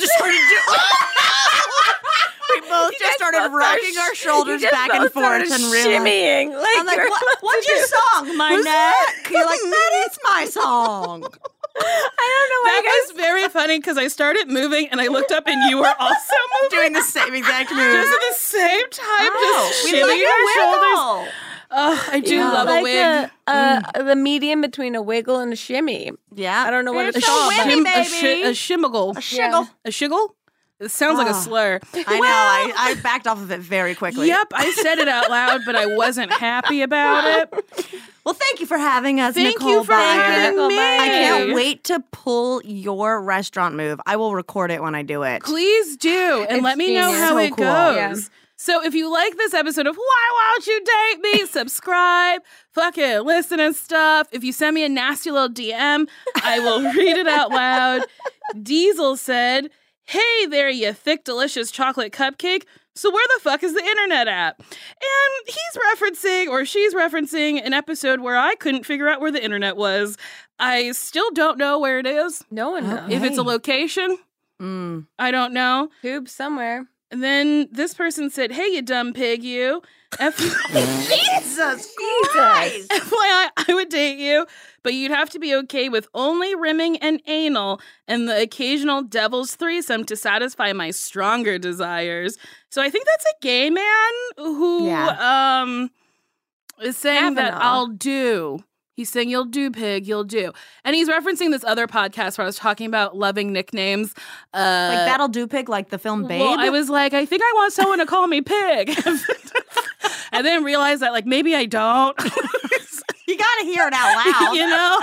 B: we both just started
C: both are
B: rocking
C: sh-
B: our shoulders
C: you just
B: back and
C: both
B: forth
C: started
B: and really.
C: shimmying. Like,
B: I'm like,
C: you're-
B: what, what's your song? My
A: Who's that?
B: neck. You're like, that is my song.
C: I don't know why
A: That
C: you
A: was very funny because I started moving and I looked up and you were also moving.
B: Doing the same exact move.
A: Just at the same time,
B: Oh,
A: just
B: we
A: shimmying
B: like
A: our
B: a
A: shoulders.
B: wiggle.
A: Oh, I do
C: guys
A: love
C: like
A: a wig.
B: Mm.
C: uh, the medium between a wiggle and a shimmy.
B: Yeah.
C: I don't know what it's
B: a
C: called. but-
B: shimmy.
A: shim- a,
B: baby.
A: shi- a shimmigle. A
B: shiggle.
A: A shiggle? It sounds like a
B: Ah.
A: slur.
B: I know. I, I backed off of it very quickly.
A: Yep, I said it out loud, but I wasn't happy about it.
B: Well, thank you for having us,
A: Thank
B: Nicole
A: you for
B: Byer.
A: having
C: Nicole
A: me.
C: Byer.
B: I can't wait to pull your restaurant move. I will record it when I do it.
A: Please do, and
C: It's
A: let me know
C: genius.
A: how
B: So
A: it
B: cool.
A: goes.
C: Yeah.
A: So, if you like this episode of Why Won't You Date Me, subscribe, fuck it, listen and stuff. If you send me a nasty little DM, I will read it out loud. Diesel said, Hey there, you thick, delicious chocolate cupcake. So, where the fuck is the internet at? And he's referencing, or she's referencing, an episode where I couldn't figure out where the internet was. I still don't know where it is.
C: No one knows.
A: If it's a
B: Okay.
A: location,
B: Mm.
A: I don't know.
C: Tube somewhere.
A: And then this person said, Hey, you dumb pig, you. F-
B: Jesus Christ.
A: FYI, I would date you, but you'd have to be okay with only rimming and anal and the occasional devil's threesome to satisfy my stronger desires. So I think that's a gay man who um, is saying that
C: Kavanaugh.
A: I'll do. He's saying, You'll do, pig, you'll do. And he's referencing this other podcast where I was talking about loving nicknames. Uh,
B: Like that'll do pig like the film Babe.
A: Well, I was like, I think I want someone to call me pig. and then realized that, like, maybe I don't.
B: you gotta hear it out loud.
A: you know?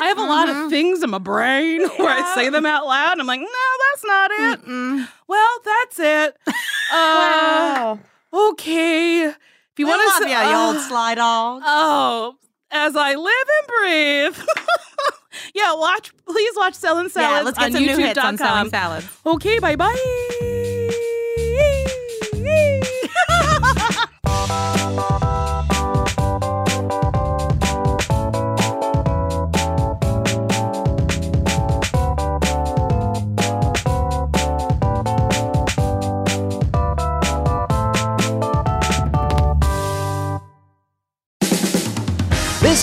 A: I have a lot of
B: Mhm.
A: things in my brain where I
B: Yeah. Mm.
A: say them out loud. and I'm like, no, that's not it.
B: Mm-mm.
A: Well, that's it. Uh, Okay. If you uh,
B: We
A: want to
B: love ya, you old sly dog.
A: Oh, as I live and breathe. yeah, watch. Please watch Selling Salads
B: yeah, let's get
A: on
B: some new hits on selling
A: YouTube.com.
B: salads.
A: Okay, bye bye.
E: This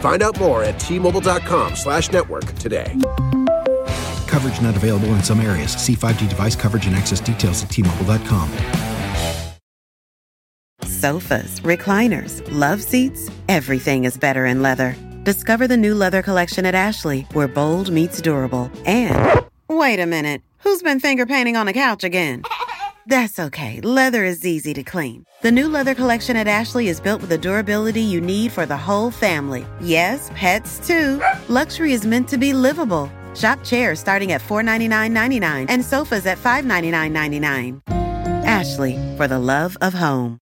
F: Find out more at T Mobile.com slash network today.
G: Coverage not available in some areas. See 5G device coverage and access details at tmobile.com.
H: Sofas, recliners, love seats, everything is better in leather. Discover the new leather collection at Ashley, where bold meets durable. And wait a minute, who's been finger painting on the couch again? That's okay, leather is easy to clean. The new leather collection at Ashley is built with the durability you need for the whole family. Yes, pets too. Luxury is meant to be livable. Shop chairs starting at $499.99 and sofas at $599.99. Ashley, for the love of home.